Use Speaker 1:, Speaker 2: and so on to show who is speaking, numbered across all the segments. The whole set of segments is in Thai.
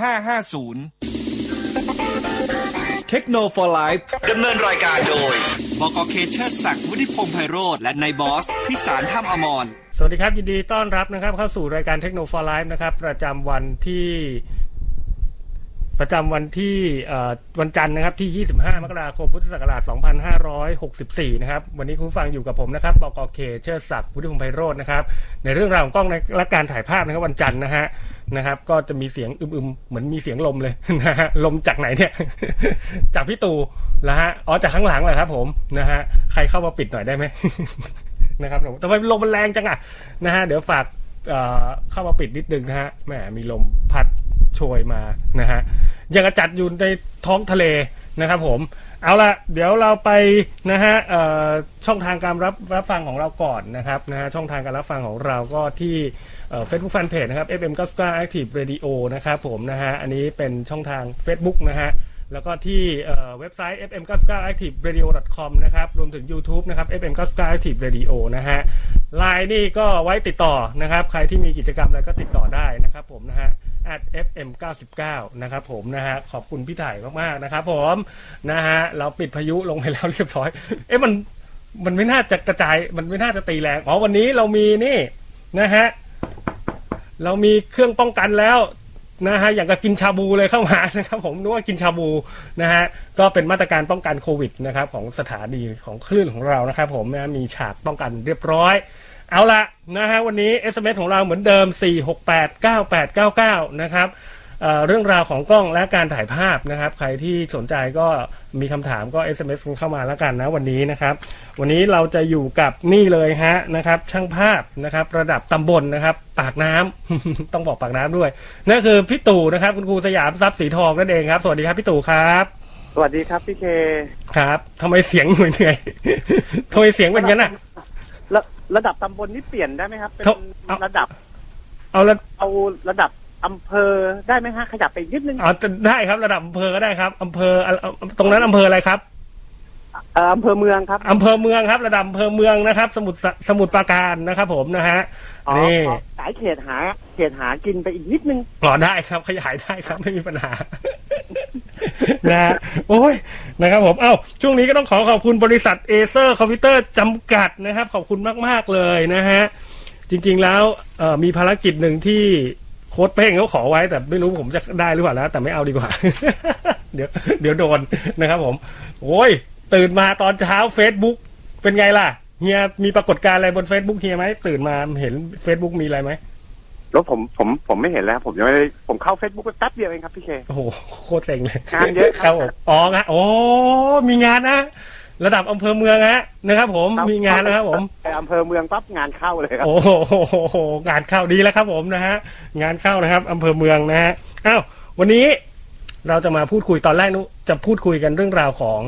Speaker 1: ห้าห้าศูนย์
Speaker 2: เทคโนโลยี
Speaker 3: ดำเนินรายการโดย
Speaker 1: บกเคเชอร์ศักดิ์วุฒิพงษ์ไพโรธและนายบอส พิสารท่ามอมร
Speaker 4: สวัสดีครับ ยินดีต้อนรับนะครับ เข้าสู่รายการเทคโนโลยีนะครับ ประจำวันที่ ประจำวันที่เอ่อวันจันทร์นะครับที่ 25 มกราคม พุทธศักราช 2564 นะครับ วันนี้คุณผู้ฟังอยู่กับผมนะครับบกเคเชิดศักดิ์วุฒิพงษ์ไพโรจน์นะครับ ในเรื่องราวของกล้องและการถ่ายภาพนะครับวันจันทร์นะฮะนะครับ ก็จะมีเสียงอึมๆเหมือนมีเสียงลมเลย นะฮะลมจากไหนเนี่ย จากพี่ตูนะฮะอ๋อจากข้างหลังแหละครับ ผมนะฮะใครเข้ามาปิดหน่อยได้ไหม นะครับผมแต่ว่าลมมันแรงจังอะนะฮะเดี๋ยวฝากเอ่อเข้ามาปิดนิดนึงนะฮะแหมมีลมพัดโชยมานะฮะยังกระจัดอยู่ในท้องทะเลนะครับผมเอาละเดี๋ยวเราไปนะฮะเอ่อช่องทางการรับรับฟังของเราก่อนนะครับนะฮะช่องทางการรับฟังของเราก็ที่เฟซบุ๊กแฟนเพจนะครับ FM 99 Active Radio นะครับผมนะฮะอันนี้เป็นช่องทาง Facebook นะฮะ แล้วก็ที่เอ่อเว็บไซต์ fm 9 9 active radio com นะครับ รวมถึง YouTube นะครับ fm 9 9 active radio นะฮะไลน์นี่ก็ไว้ติดต่อนะครับ ใครที่มีกิจกรรมอะไรก็ติดต่อได้นะครับผมนะฮะ at fm 9 9นะครับผมนะฮะ ขอบคุณพี่ถ่ายมาก ๆ นะครับผมนะฮะ เราปิดพายุลงไปแล้วเรียบร้อย เอ๊ะมันมันไม่น่าจะกระจาย มันไม่น่าจะตีแรง อ๋อ วันนี้เรามีนี่นะฮะ เรามีเครื่องป้องกันแล้ว นะฮะอย่างกับกินชาบูเลยเข้ามานะครับผมนึกว่ากินชาบูนะฮะก็เป็นมาตรการป้องกันโควิดนะครับของสถานีของคลื่นของเรานะครับผมนะมีฉากป้องกันเรียบร้อย เอาละนะฮะวันนี้ SMS ของเราเหมือนเดิม 4689899 นะครับเอ่อเรื่องราวของกล้องและการถ่ายภาพนะครับ ใครที่สนใจก็มีคำถามก็ SMS คุณเข้ามาแล้วกันนะวันนี้นะครับ วันนี้เราจะอยู่กับนี่เลยฮะนะครับ ช่างภาพนะครับระดับตำบลนะครับ ปากน้ำ ต้องบอกปากน้ำ ด้วย นั่นคือพี่ตู่นะครับ คุณครูสยามทรัพย์สีทองนั่นเองครับ สวัสดีครับพี่ตู่ครับ
Speaker 5: สวัสดีครับพี่เค
Speaker 4: ครับทำไมเสียง เหนื่อยๆทำไมเสียงเป็นงั้นอ่ะ
Speaker 5: ระระดับตำบลนี่เปลี่ยนได้ไหมครับ เป็น
Speaker 4: เท่าเอา
Speaker 5: ระดับ
Speaker 4: เอาละ
Speaker 5: เอาระดับอำเภอได้ไหมฮะขยับไปนิดนึง
Speaker 4: เอาได้ครับระดับอำเภอก็ได้ครับอำเภออ่ะตรงนั้นอำเภออะไรครับ
Speaker 5: เอ่ออำเภอเมืองครับ
Speaker 4: อำเภอเมืองครับ ระดับอำเภอเมืองนะครับ สมุทรสสมุทรปราการนะครับ ผมนะฮะ
Speaker 5: อ๋อ
Speaker 4: นี่
Speaker 5: ขอสายเขตหาเขตหากินไปอีกนิดนึง
Speaker 4: หล่อได้ครับ ขยายได้ครับไม่มีปัญหา นะฮะโอ้ยนะครับผมเอ้าช่วงนี้ก็ต้องขอขอบคุณบริษัทเอเซอร์คอมพิวเตอร์จำกัดนะครับ ขอบคุณมาก ๆ เลยนะฮะ จริง ๆ แล้วเอ่อมีภารกิจหนึ่งที่โค้ดเป้งเขาขอไว้ แต่ไม่รู้ผมจะได้หรือเปล่านะแต่ไม่เอาดีกว่า เดี๋ยวเดี๋ยวโดนนะครับผม โอ้ย ตื่นมาตอนเช้า Facebook เป็นไงล่ะเฮียมีปรากฏการณ์อะไรบน Facebook เฮียไหมตื่นมาเห็น Facebook มีอะไรไหม
Speaker 5: แล้วผมผมผมไม่เห็นแล้ว ผมยังไม่ได้ผมเข้า Facebook ไปแป๊บเดียวเอง ครับพี่เค
Speaker 4: โอ้โหโคตรเซ็งเลย
Speaker 5: งานเยอะ
Speaker 4: ค
Speaker 5: ครั
Speaker 4: รับบ ผมอ๋องะโอ้มีงานนะระดับอำเภอเมืองฮะนะครับ ผมมีงานนะครับผม
Speaker 5: ไปอำเภอเมืองปั๊บงานเข้าเลยครับ
Speaker 4: โอ้โหงานเข้าดีแล้วครับผมนะฮะงานเข้านะครับอำเภอเมืองนะฮะอ้าววันนี้เราจะมาพูดคุยตอนแรกนุจะพูดคุยกันเรื่องราวของ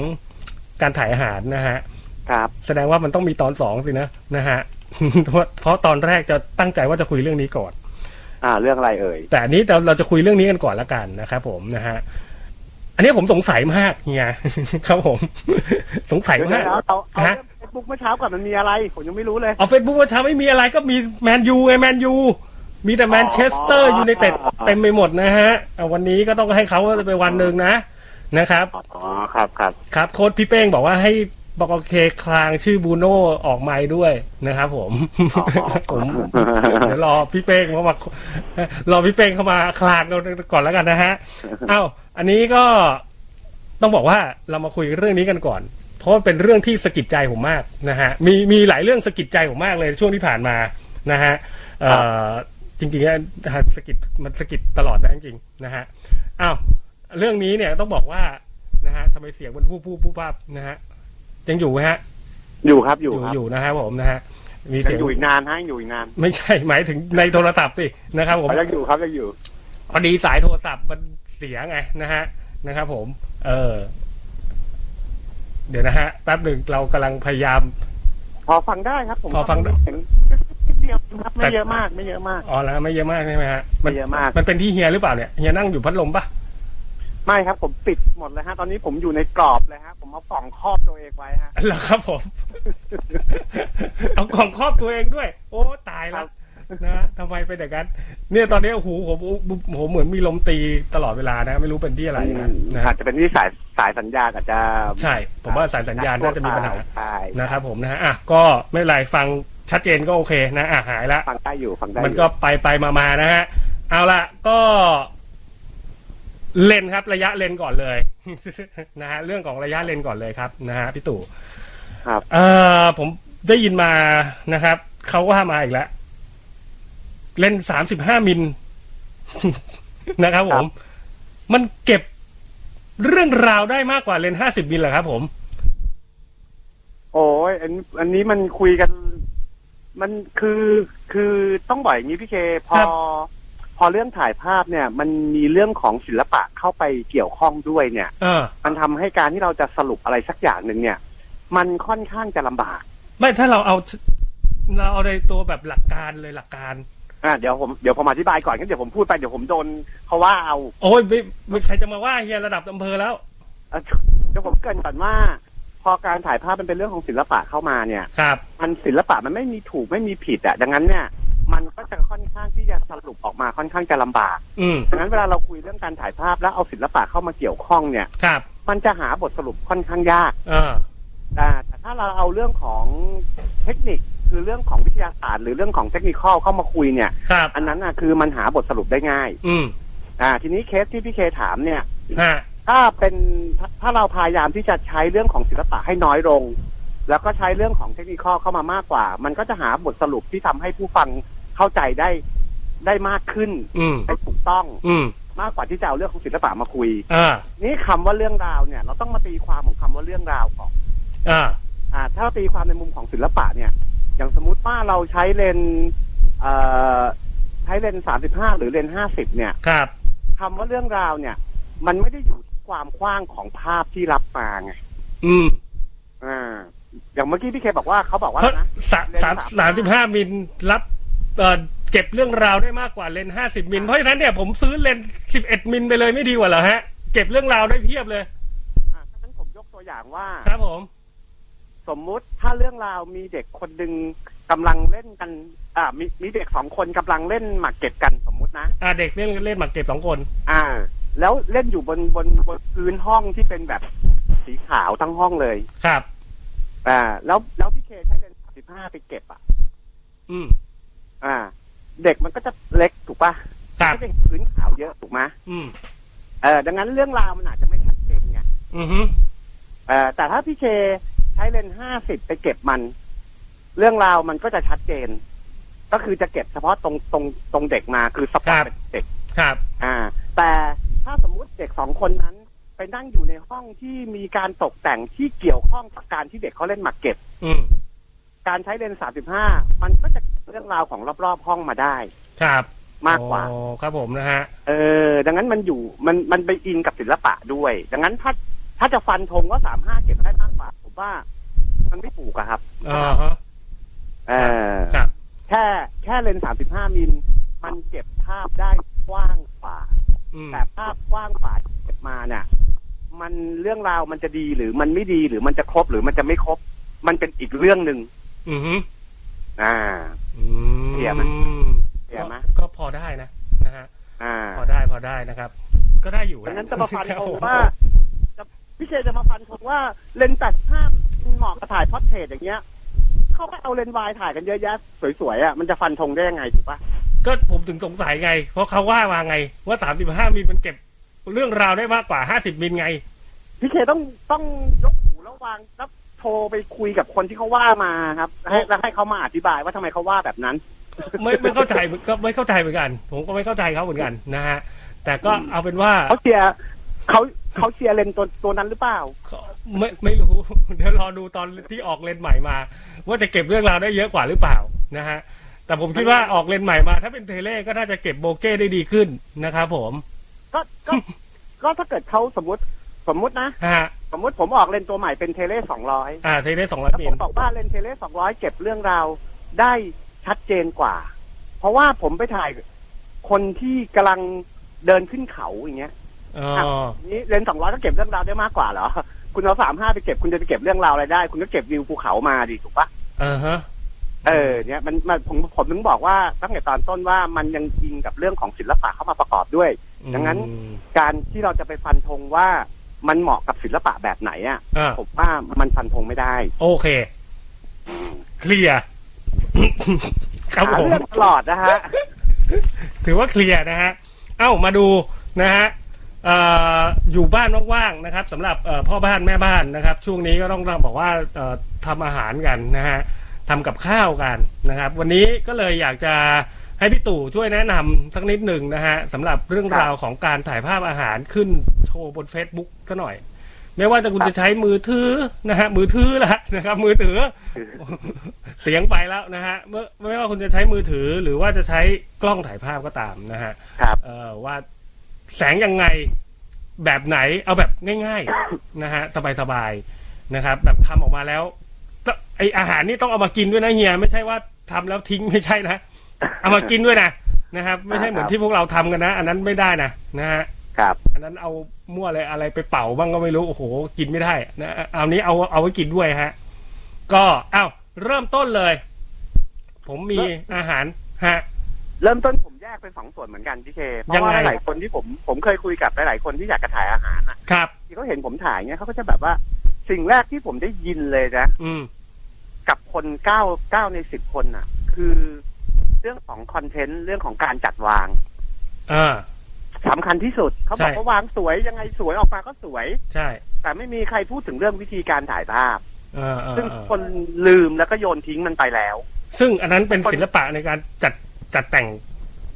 Speaker 4: การถ่ายอาหารนะฮะ
Speaker 5: ครับ
Speaker 4: แสดงว่ามันต้องมีตอนสองสินะนะฮ ะ เพราะเพราะตอนแรกจะตั้งใจว่าจะคุยเรื่องนี้ก่อน
Speaker 5: อ่าเรื่องอะไรเอ่ย
Speaker 4: แต่อันนี้เราเราจะคุยเรื่องนี้กันก่อนละกันนะครับผมนะฮะอันนี้ผมสงสัยมากเฮีย ครับผม สงสัย
Speaker 5: เดี๋ยว
Speaker 4: มาก
Speaker 5: นะเอาเอา
Speaker 4: ฮะ
Speaker 5: เฟซบุ๊กเมื่อเช้าก่อนมันมีอะไร ผมยังไม่รู้เลย
Speaker 4: เอาเฟซบุ๊กว่าเช้าไม่มีอะไรก็มีแมนยูไงแมนยูมีแต่แมนเชสเตอร์
Speaker 5: อ๋อ
Speaker 4: ยู t นเต็ด
Speaker 5: อ๋อ
Speaker 4: เต็มไปหมดนะฮะเอาวันนี้ก็ต้องให้เขาไปวันหนึ่งนะนะครับ
Speaker 5: อ๋อครับครับ
Speaker 4: ครับโค้ดพี่เป้งบอกว่าให้บอกโอเคคลางชื่อบูโน่ออกไม้ด้วยนะครับผมผม เดี๋ยวรอพี่เป้งเขาม ารอพี่เป้งเข้ามาคลางเราก่อนแล้วกันนะฮะเอ้าอันนี้ก็ต้องบอกว่าเรามาคุยเรื่องนี้กันก่อน เพราะมันเป็นเรื่องที่สะกิดใจผมมากนะฮะมีมีหลายเรื่องสะกิดใจผมมากเลยช่วงที่ผ่านมานะฮะเอ่อจริงๆนะสะกิดมันสะกิดตลอดนะจริงๆนะฮะอ้าวเรื่องนี้เนี่ยต้องบอกว่า นะฮะทำไมเสียงมันผู้ผู้ผู้ภาพนะฮะยังอยู่ไหมฮะ
Speaker 5: อยู่ครับอยู่
Speaker 4: ยู่
Speaker 5: ครับ
Speaker 4: อยู่นะฮะผมนะฮะมี
Speaker 5: ยั
Speaker 4: เสีย
Speaker 5: ง
Speaker 4: ง
Speaker 5: อยู่อีกนานฮะยังอยู่อีกนาน
Speaker 4: ไม่ใช่หมายถึงในโทรศัพท์สินะครับผม
Speaker 5: อ๋อยังอยู่ครับยังอยู่
Speaker 4: พอดีสายโทรศัพท์มันเสียไงนะฮะนะครับผม เออ เดี๋ยวนะฮะแป๊บหนึ่งเรากำลังพยายาม
Speaker 5: พอฟังได้ครับผม
Speaker 4: พอฟังได้
Speaker 5: เห็นนิดเดียวครับไม่เยอะมากไม่เยอะมาก
Speaker 4: อ๋อแล้วไม่เยอะมากใช่ไหมฮะ
Speaker 5: ไม่เยอะมาก
Speaker 4: มันเป็นที่เฮียหรือเปล่าเนี่ยเฮียนั่งอยู่พัดลมปะ
Speaker 5: ไม่ครับผมปิดหมดเลยฮะตอนนี้ผมอยู่ในกรอบเลยฮะผมเอากล่องครอบตัวเองไว้ฮะ
Speaker 4: แล้วครับผม เอาของครอบตัวเองด้วย โอ้ตาย
Speaker 5: ครั
Speaker 4: ละ
Speaker 5: บ
Speaker 4: นะฮะทำไมเป็นอย่างนั้นเนี่ยตอนนี้โอ้โหผมผมเหมือนมีลมตีตลอดเวลานะ ไม่รู้เป็นที่อะไรนะนะ
Speaker 5: อาจจะเป็นที่สายสายสัญญาณอาจจะ
Speaker 4: ใช่ ผมว่าสายสัญญาณน่าจะมีปัญหา
Speaker 5: ใช่
Speaker 4: นะครับผมนะฮะอ่ะก็ไม่เป็นไรฟังชัดเจนก็โอเคนะอ่ะหายละ
Speaker 5: ฟังได้อยู่ฟังได้อยู่
Speaker 4: มันก็ไปไปมามานะฮะ เอาละก็เลนครับระยะเลนก่อนเลย นะฮะเรื่องของระยะเลนก่อนเลยครับนะฮะพี่ตู่
Speaker 5: ครับ
Speaker 4: เออผมได้ยินมานะครับเขาว่ามาอีกแล้วเลนสามสิบห้ามิล นะครับผม มันเก็บเรื่องราวได้มากกว่าเลนห้าสิบมิลเหรอครับ ผม
Speaker 5: โอ้ยอันอันนี้มันคุยกัน มันคือคือต้องบอกอย่างนี้พี่เคพอ
Speaker 4: ครับ
Speaker 5: พอเรื่องถ่ายภาพเนี่ย มันมีเรื่องของศิลปะเข้าไปเกี่ยวข้องด้วยเนี่ย
Speaker 4: เออ
Speaker 5: มันทำให้การที่เราจะสรุปอะไรสักอย่างหนึ่งเนี่ย มันค่อนข้างจะลำบาก
Speaker 4: ไม่ถ้าเราเอาเราเอาในตัวแบบหลักการเลยหลักการ
Speaker 5: อ่าเดี๋ยวผมเดี๋ยวผมอธิบายก่อนงั้นเดี๋ยวผมพูดไปเดี๋ยวผมโดนเขาว่าเอา
Speaker 4: โอ้ยไม่ไม่ใครจะมาว่าเฮียระดับอำเภอแล้ว
Speaker 5: เอาเดี๋ยวผมเกรินก่อนว่า พอการถ่ายภาพมันเป็นเรื่องของศิลปะเข้ามาเนี่ย
Speaker 4: ครับ
Speaker 5: มันศิลปะมันไม่มีถูกไม่มีผิดอะดังนั้นเนี่ย มันก็จะค่อนข้างที่จะสรุปออกมาค่อนข้างจะลำบาก
Speaker 4: อืม
Speaker 5: ดังนั้นเวลาเราคุยเรื่องการถ่ายภาพแล้วเอาศิลปะเข้ามาเกี่ยวข้องเนี่ย
Speaker 4: ครับ
Speaker 5: มันจะหาบทสรุปค่อนข้างยาก
Speaker 4: อ่า
Speaker 5: แต่แต่ถ้าเราเอาเรื่องของเทคนิคคือเรื่องของวิทยาศาสตร์ หรือเรื่องของเทคนิคอลเข้ามาคุยเนี่ย
Speaker 4: ครับ
Speaker 5: อันนั้นน่ะคือมันหาบทสรุปได้ง่าย
Speaker 4: อืม
Speaker 5: อ่า ทีนี้เคสที่พี่เคถามเนี่ย
Speaker 4: ฮะ
Speaker 5: ถ้าเป็นถ้าถ้าเราพยายามที่จะใช้เรื่องของศิลปะให้น้อยลง แล้วก็ใช้เรื่องของเทคนิคอลเข้ามามากกว่า มันก็จะหาบทสรุปที่ทำให้ผู้ฟังเข้าใจได้ได้มากขึ้น
Speaker 4: อืม
Speaker 5: ได้ถูกต้อง
Speaker 4: อืม
Speaker 5: มากกว่าที่จะเอาเรื่องของศิลปะมาคุย
Speaker 4: อ่า
Speaker 5: นี่คำว่าเรื่องราวเนี่ย เราต้องมาตีความของคำว่าเรื่องราวก่อน
Speaker 4: อ่า
Speaker 5: อ่า ถ้าเราตีความในมุมของศิลปะเนี่ย อย่างสมมติว่าเราใช้เลนส์เอ่อใช้เลนสามสิบห้าหรือเลนห้าสิบเนี่ย
Speaker 4: ครับ
Speaker 5: คำว่าเรื่องราวเนี่ย มันไม่ได้อยู่ที่ความกว้างของภาพที่รับมาไง
Speaker 4: อืม
Speaker 5: อ่า อย่างเมื่อกี้พี่เคบอกว่าเขาบอกว่า
Speaker 4: เพราะ
Speaker 5: อะไรนะ
Speaker 4: สามสามสามสิบห้ามิลรับเอ่อเก็บเรื่องราวได้มากกว่าเลนห้าสิบมิล เพราะฉะนั้นเนี่ยผมซื้อเลนสิบเอ็ดมิลไปเลยไม่ดีกว่าเหรอฮะ เก็บเรื่องราวได้เพียบเลย
Speaker 5: อ่าถ้างั้นผมยกตัวอย่างว่า
Speaker 4: ครับผม
Speaker 5: สมมุติถ้าเรื่องราวมีเด็กคนหนึ่งกำลังเล่นกัน อ่า มีมีเด็กสองคนกำลังเล่นหมากเก็บกันสมมุตินะ
Speaker 4: อ่าเด็กเล่นเล่นหมากเก็บสองคน
Speaker 5: อ่า แล้วเล่นอยู่บนบนบนพื้นห้องที่เป็นแบบสีขาวทั้งห้องเลย
Speaker 4: ครับ
Speaker 5: อ่า แล้วแล้วพี่เคใช้เลนส์สิบห้าไปเก็บอ่ะ
Speaker 4: อืม
Speaker 5: อ่า เด็กมันก็จะเล็กถูกปะ
Speaker 4: ค
Speaker 5: มั
Speaker 4: รับ
Speaker 5: นก็จะเห็นพื้นขาวเยอะถูกไหมย
Speaker 4: อืม
Speaker 5: เออดังนั้นเรื่องราวมันอาจจะไม่ชัดเจนไง
Speaker 4: อือฮึ
Speaker 5: เออแต่ถ้าพี่เคใช้เลนส์ห้าสิบไปเก็บมัน เรื่องราวมันก็จะชัดเจน ก็คือจะเก็บเฉพาะตรงตรงตรงเด็กมาคือสปอตเป็นเด็ก
Speaker 4: ครับ
Speaker 5: อ่า แต่ถ้าสมมุติเด็กสองคนนั้นไปนั่งอยู่ในห้องที่มีการตกแต่งที่เกี่ยวข้องกับการที่เด็กเขาเล่นหมากเก็บ
Speaker 4: อืม
Speaker 5: การใช้เลนส์สามสิบห้ามันก็จะเรื่องราวของรอบๆห้องมาได้
Speaker 4: ครับ
Speaker 5: มากกว่า
Speaker 4: โอ้ครับผมนะฮะ
Speaker 5: เออ ดังนั้นมันอยู่มันมันไปอินกับศิลปะด้วย ดังนั้นถ้าถ้าจะฟันธงว่าสามห้าเก็บได้มากกว่าผมว่า มันไม่ถูกอะครับ
Speaker 4: อ่าฮะ
Speaker 5: เออ
Speaker 4: ครับ
Speaker 5: แค่แค่เลนส์สามสิบห้ามิลมันเก็บภาพได้กว้างกว่า
Speaker 4: อืม
Speaker 5: แต่ภาพกว้างกว่าที่เก็บมาเนี่ยมันเรื่องราวมันจะดีหรือมันไม่ดีหรือมันจะครบหรือมันจะไม่ครบ มันเป็นอีกเรื่องหนึ่ง
Speaker 4: อือฮึ
Speaker 5: อ่า
Speaker 4: อืม
Speaker 5: เสียไหม เห็นไหม
Speaker 4: ก็ก็พอได้นะนะฮะ
Speaker 5: อ่า
Speaker 4: พอได้พอได้นะครับ ก็ได้อยู่
Speaker 5: ดังนั้น
Speaker 4: ค
Speaker 5: จะ
Speaker 4: รับ
Speaker 5: มาฟันธง
Speaker 4: ผม
Speaker 5: ว่าจะพี่เจจะมาฟันธงว่าเลนส์ตัดห้ามเหมาะกับถ่ายพอร์ตเทรตอย่างเงี้ยเขาก็เอาเลนส์วายถ่ายกันเยอะแยะสวยๆอ่ะมันจะฟันธงได้ยังไงถูกปะ
Speaker 4: ก็ผมถึงสงสัยไง เพราะเขาว่ามาไง ว่าสามสิบห้ามิลมันเก็บเรื่องราวได้มากกว่าห้าสิบมิลไง
Speaker 5: พี่เคต้องต้องยกหูแล้ววางแล้วโทรไปคุยกับคนที่เขาว่ามาครับ ให้แล้วให้เขามาอธิบายว่าทำไมเขาว่าแบบนั้น
Speaker 4: ไม่ไม่เข้าใจก็ไม่เข้าใจเหมือนกัน ผมก็ไม่เข้าใจเขาเหมือนกันนะฮะ แต่ก็เอาเป็นว่า
Speaker 5: เขาเชียร์เขาเขาเชียร์เลนส์ตัวตัวนั้นหรือเปล่า
Speaker 4: ไม่ไม่รู้ เดี๋ยวรอดูตอนที่ออกเลนส์ใหม่มา ว่าจะเก็บเรื่องราวได้เยอะกว่าหรือเปล่านะฮะ แต่ผมคิดว่าออกเลนส์ใหม่มา ถ้าเป็นเทเล่ก็น่าจะเก็บโบเก้ได้ดีขึ้นนะครับผม
Speaker 5: ก็ก็ก็ถ้าเกิดเขาสมมติสมมตินะ
Speaker 4: ฮะ
Speaker 5: สมมติผมออกเลนส์ตัวใหม่เป็นเทเลสองร้อย
Speaker 4: อ่าเทเล่สองร้อย
Speaker 5: แล้ว
Speaker 4: มิ
Speaker 5: ผม
Speaker 4: ล
Speaker 5: บอกว่าเลนส์เทเลสองร้อยเก็บเรื่องราวได้ชัดเจนกว่า เพราะว่าผมไปถ่ายคนที่กำลังเดินขึ้นเขาอย่างเงี้ย
Speaker 4: อ๋อ
Speaker 5: นี่เลนสองร้อยก็เก็บเรื่องราวได้มากกว่าเหรอ คุณเอาสามห้าไปเก็บคุณจะไปเก็บเรื่องราวอะไรได้ คุณก็เก็บวิวภูเขามาดิถูกปะ
Speaker 4: อ่าฮะ
Speaker 5: เออเนี่ยมันมันผมผมถึงบอกว่าตั้งแต่ตอนต้นว่ามันยังอิงกับเรื่องของศิลปะเข้ามาประกอบด้วย ดังนั้น
Speaker 4: อืม
Speaker 5: การที่เราจะไปฟันธงว่ามันเหมาะกับศิลปะแบบไหนอ่ะ
Speaker 4: อ่ะ
Speaker 5: ผมว่ามันฟันธงไม่ได้
Speaker 4: โอเค เคลียร์ ครับ
Speaker 5: หา
Speaker 4: ผม
Speaker 5: เรื่องตลอดนะฮะ
Speaker 4: ถือว่าเคลียร์นะฮะ เอ้ามาดูนะฮะเอ่ออยู่บ้านว่างๆนะครับสำหรับเอ่อพ่อบ้านแม่บ้านนะครับ ช่วงนี้ก็ต้องบอกว่าเอ่อทำอาหารกันนะฮะทำกับข้าวกันนะครับ วันนี้ก็เลยอยากจะให้พี่ตู่ช่วยแนะนำสักนิดหนึ่งนะฮะสำหรับเรื่องราวของการถ่ายภาพอาหารขึ้นโชว์บน Facebook ก็หน่อย ไม่ว่าจะคุณ
Speaker 5: ครับ
Speaker 4: จะใช้มือถือนะฮะมือถือละนะครับ มือถือ เสียงไปแล้วนะฮะเมื่อไม่ว่าคุณจะใช้มือถือหรือว่าจะใช้กล้องถ่ายภาพก็ตามนะฮะ
Speaker 5: ครับ
Speaker 4: เอ่อว่าแสงยังไงแบบไหนเอาแบบง่ายๆ นะฮะสบายๆนะครับ แบบทำออกมาแล้วตไออาหารนี่ต้องเอามากินด้วยนะเฮียไม่ใช่ว่าทำแล้วทิ้งไม่ใช่นะเอามากินด้วยนะนะครับ ไม่ใช่เหมือนที่พวกเราทำกันนะ อันนั้นไม่ได้นะนะฮะ
Speaker 5: ครับ
Speaker 4: อันนั้นเอามั่วอะไรอะไรไปเป่าบ้างก็ไม่รู้ โอ้โห กินไม่ได้นะเอานี้เอาเอาไว้กินด้วยฮะ ก็อ้าวเริ่มต้นเลย ผมมีอาหารฮะ
Speaker 5: เริ่มต้นผมแยกเป็นสองส่วนเหมือนกันพี่เคเพ
Speaker 4: ยั
Speaker 5: ราะ
Speaker 4: ง
Speaker 5: ว่า
Speaker 4: ไง
Speaker 5: หลายๆคนที่ผมผมเคยคุยกับหลายๆคนที่อยากจะถ่ายอาหารอะ
Speaker 4: ครับ
Speaker 5: ที่เขาเห็นผมถ่ายเนี่ยเขาก็จะแบบว่าสิ่งแรกที่ผมได้ยินเลยนะ
Speaker 4: อืม
Speaker 5: กับคนเก้าเก้าในสิบคนน่ะ คือเรื่องของคอนเทนต์เรื่องของการจัดวาง
Speaker 4: อ่า
Speaker 5: สำคัญที่สุดเขาบอก
Speaker 4: ใช่
Speaker 5: ว่าวางสวยยังไงสวยออกมาก็สวย
Speaker 4: ใช่
Speaker 5: แต่ไม่มีใครพูดถึงเรื่องวิธีการถ่ายภาพ
Speaker 4: อ่าอ่า
Speaker 5: ซึ่ง
Speaker 4: อ่า
Speaker 5: คนลืมแล้วก็โยนทิ้งมันไปแล้ว
Speaker 4: ซึ่งอันนั้นเป็นศิลปะในการจัดจัดแต่ง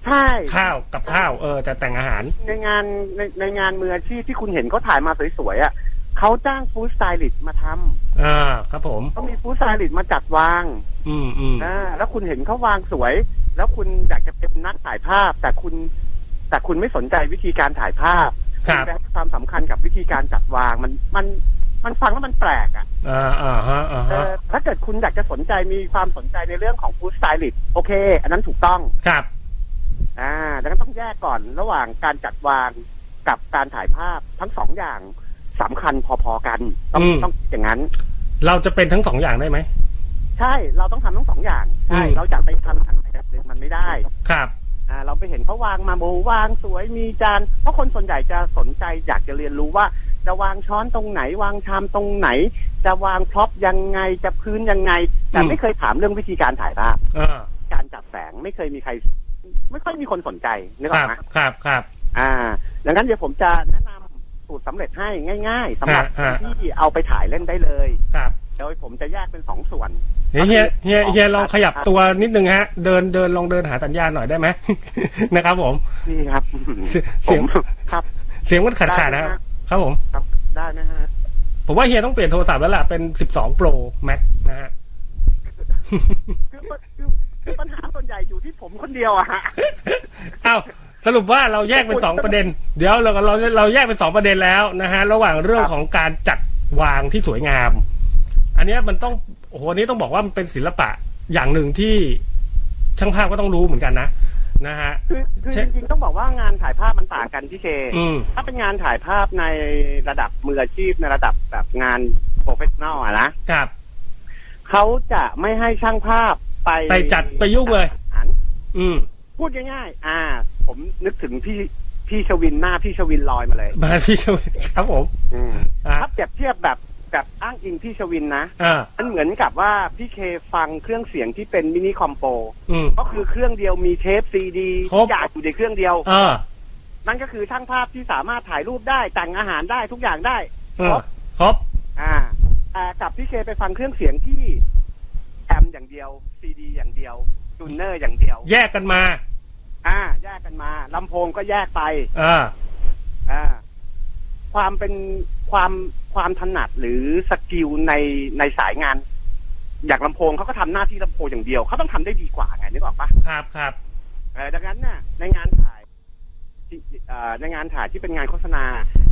Speaker 5: ใช่
Speaker 4: ข้าวกับข้าวเออจัดแต่งอาหาร
Speaker 5: ในงานในในงานมืออาชีพที่คุณเห็นเขาถ่ายมาสวยๆอ่ะเขาจ้างฟู้ดสไตลิสต์มาทำ
Speaker 4: อ่า ครับผม
Speaker 5: เขามีฟู้ดสไตลิสต์มาจัดวาง
Speaker 4: อืมอืม
Speaker 5: นะแล้วคุณเห็นเขาวางสวย แล้วคุณอยากจะเป็นนักถ่ายภาพ แต่คุณ แต่คุณไม่สนใจวิธีการถ่ายภาพ
Speaker 4: ครับ
Speaker 5: แต่ให้ความสำคัญกับวิธีการจัดวางมันมันมันฟังแล้วมันแปลกอ่ะ
Speaker 4: อ่าอ่าฮะอ่า
Speaker 5: เอ
Speaker 4: ฮะ
Speaker 5: อถ้าเกิดคุณอยากจะสนใจมีความสนใจในเรื่องของฟู้ดสไตลิสโอเค อันนั้นถูกต้อง
Speaker 4: ครับ
Speaker 5: อ่าแล้วก็ต้องแยกก่อนระหว่างการจัดวางกับการถ่ายภาพทั้งสองอย่างสำคัญพอๆกัน ต้อง
Speaker 4: อืม
Speaker 5: ต้องคิดอย่างนั้น
Speaker 4: เราจะเป็นทั้งสองอย่างได้ไหม
Speaker 5: ใช่เราต้องทำทั้งสองอย่างใช่
Speaker 4: อืม
Speaker 5: เราจะไปทำทางใดแบบหนึ่งมันไม่ได้
Speaker 4: ครับ
Speaker 5: อ่าเราไปเห็นเขาวางมาโบวางสวยมีจานเพราะคนส่วนใหญ่จะสนใจอยากจะเรียนรู้ว่า จะวางช้อนตรงไหน วางชามตรงไหน จะวางพร็อพยังไงจะพื้นยังไง แต่
Speaker 4: อืม
Speaker 5: ไม่เคยถามเรื่องวิธีการถ่ายภาพ
Speaker 4: อ่า
Speaker 5: การจัดแสงไม่เคยมีใคร ไม่ค่อยมีคนสนใจนึก
Speaker 4: ค
Speaker 5: ออ
Speaker 4: รั
Speaker 5: ก
Speaker 4: บ
Speaker 5: ไหม
Speaker 4: ครับครับ
Speaker 5: อ่า ดังนั้นเดี๋ยวผมจะแนะนำสูตรสำเร็จให้ง่าย ๆสำหรับ
Speaker 4: ฮะฮะ
Speaker 5: คนที่เอาไปถ่ายเล่นได้เลย
Speaker 4: ครับ
Speaker 5: โดยผมจะแยกเป็นสองส่วน
Speaker 4: เฮียเฮียเฮียเฮียลองขยับ
Speaker 5: ครับ
Speaker 4: ตัวนิดนึงฮะ เดินเดินลองเดินหาสัญญาณหน่อยได้ไหม นะครับผม
Speaker 5: นี่ครับ
Speaker 4: เสีย
Speaker 5: ผ
Speaker 4: เสียง
Speaker 5: มครับ
Speaker 4: เสียงมันขาดขาดนะค
Speaker 5: ได้ไหม
Speaker 4: รับ
Speaker 5: ฮะ
Speaker 4: ครับผม
Speaker 5: ครับได้นะฮะ
Speaker 4: ผมว่าเฮียต้องเปลี่ยนโทรศัพท์แล้วล่ะ เป็น 12 Pro Max นะฮะ
Speaker 5: คือคือคือปัญหาส่วนใหญ่อยู่ที่ผมคนเดียวอะฮะ
Speaker 4: อ้าวสรุปว่าเราแยกเป็น 2 ประเด็น เดี๋ยวเราเราเราแยกเป็น 2 ประเด็นแล้วนะฮะ ระหว่างเรื่อง
Speaker 5: ครับ
Speaker 4: ของการจัดวางที่สวยงาม อันเนี้ยมันต้องโอ้โหอันนี้ต้องบอกว่ามันเป็นศิลปะอย่างหนึ่งที่ช่างภาพก็ต้องรู้เหมือนกันนะนะฮะ
Speaker 5: คือคือ
Speaker 4: เช่
Speaker 5: จ
Speaker 4: น
Speaker 5: ริงๆต้องบอกว่างานถ่ายภาพมันต่างกันพี่เค
Speaker 4: อืม
Speaker 5: ถ้าเป็นงานถ่ายภาพในระดับมืออาชีพในระดับแบบงานโปรเฟชชั่นอลอะนะครับ เขาจะไม่ให้ช่างภาพไป
Speaker 4: ไปจัดไปยุ่งเลย
Speaker 5: อัน
Speaker 4: อืม
Speaker 5: พูดง่ายๆ อ่า ผมนึกถึงพี่พี่ชวินหน้าพี่ชวินลอยมาเลย
Speaker 4: มาพี่ชมครับผมอ่า
Speaker 5: ถ้าเปรียบเทียบแบบแบบอ้างอิงพี่ชวินนะ
Speaker 4: อ่า
Speaker 5: มันเหมือนกับว่าพี่เคฟังเครื่องเสียงที่เป็นมินิคอมโป
Speaker 4: อืม
Speaker 5: ก็คือเครื่องเดียวมีเทปซีดี
Speaker 4: ครบ
Speaker 5: อยากอยู่ในเครื่องเดียว
Speaker 4: เออ
Speaker 5: นั่นก็คือช่างภาพที่สามารถถ่ายรูปได้แต่งอาหารได้ทุกอย่างได้
Speaker 4: เออครบ
Speaker 5: อ่าแต่กับพี่เคไปฟังเครื่องเสียงที่แอมอย่างเดียวซีดีอย่างเดียวจูนเนอร์อย่างเดียว
Speaker 4: แยกกันมา
Speaker 5: อ่า แยกกันมาลำโพงก็แยกไป
Speaker 4: อ่า
Speaker 5: อ่า ความเป็นความความถนัดหรือสกิลในในสายงาน อย่างลำโพงเขาก็ทำหน้าที่ลำโพงอย่างเดียวเขาต้องทำได้ดีกว่าไงนึกออกปะ
Speaker 4: ครับครับ
Speaker 5: เออดังนั้นน่ะ ในงานถ่ายที่เอ่อในงานถ่ายที่เป็นงานโฆษณา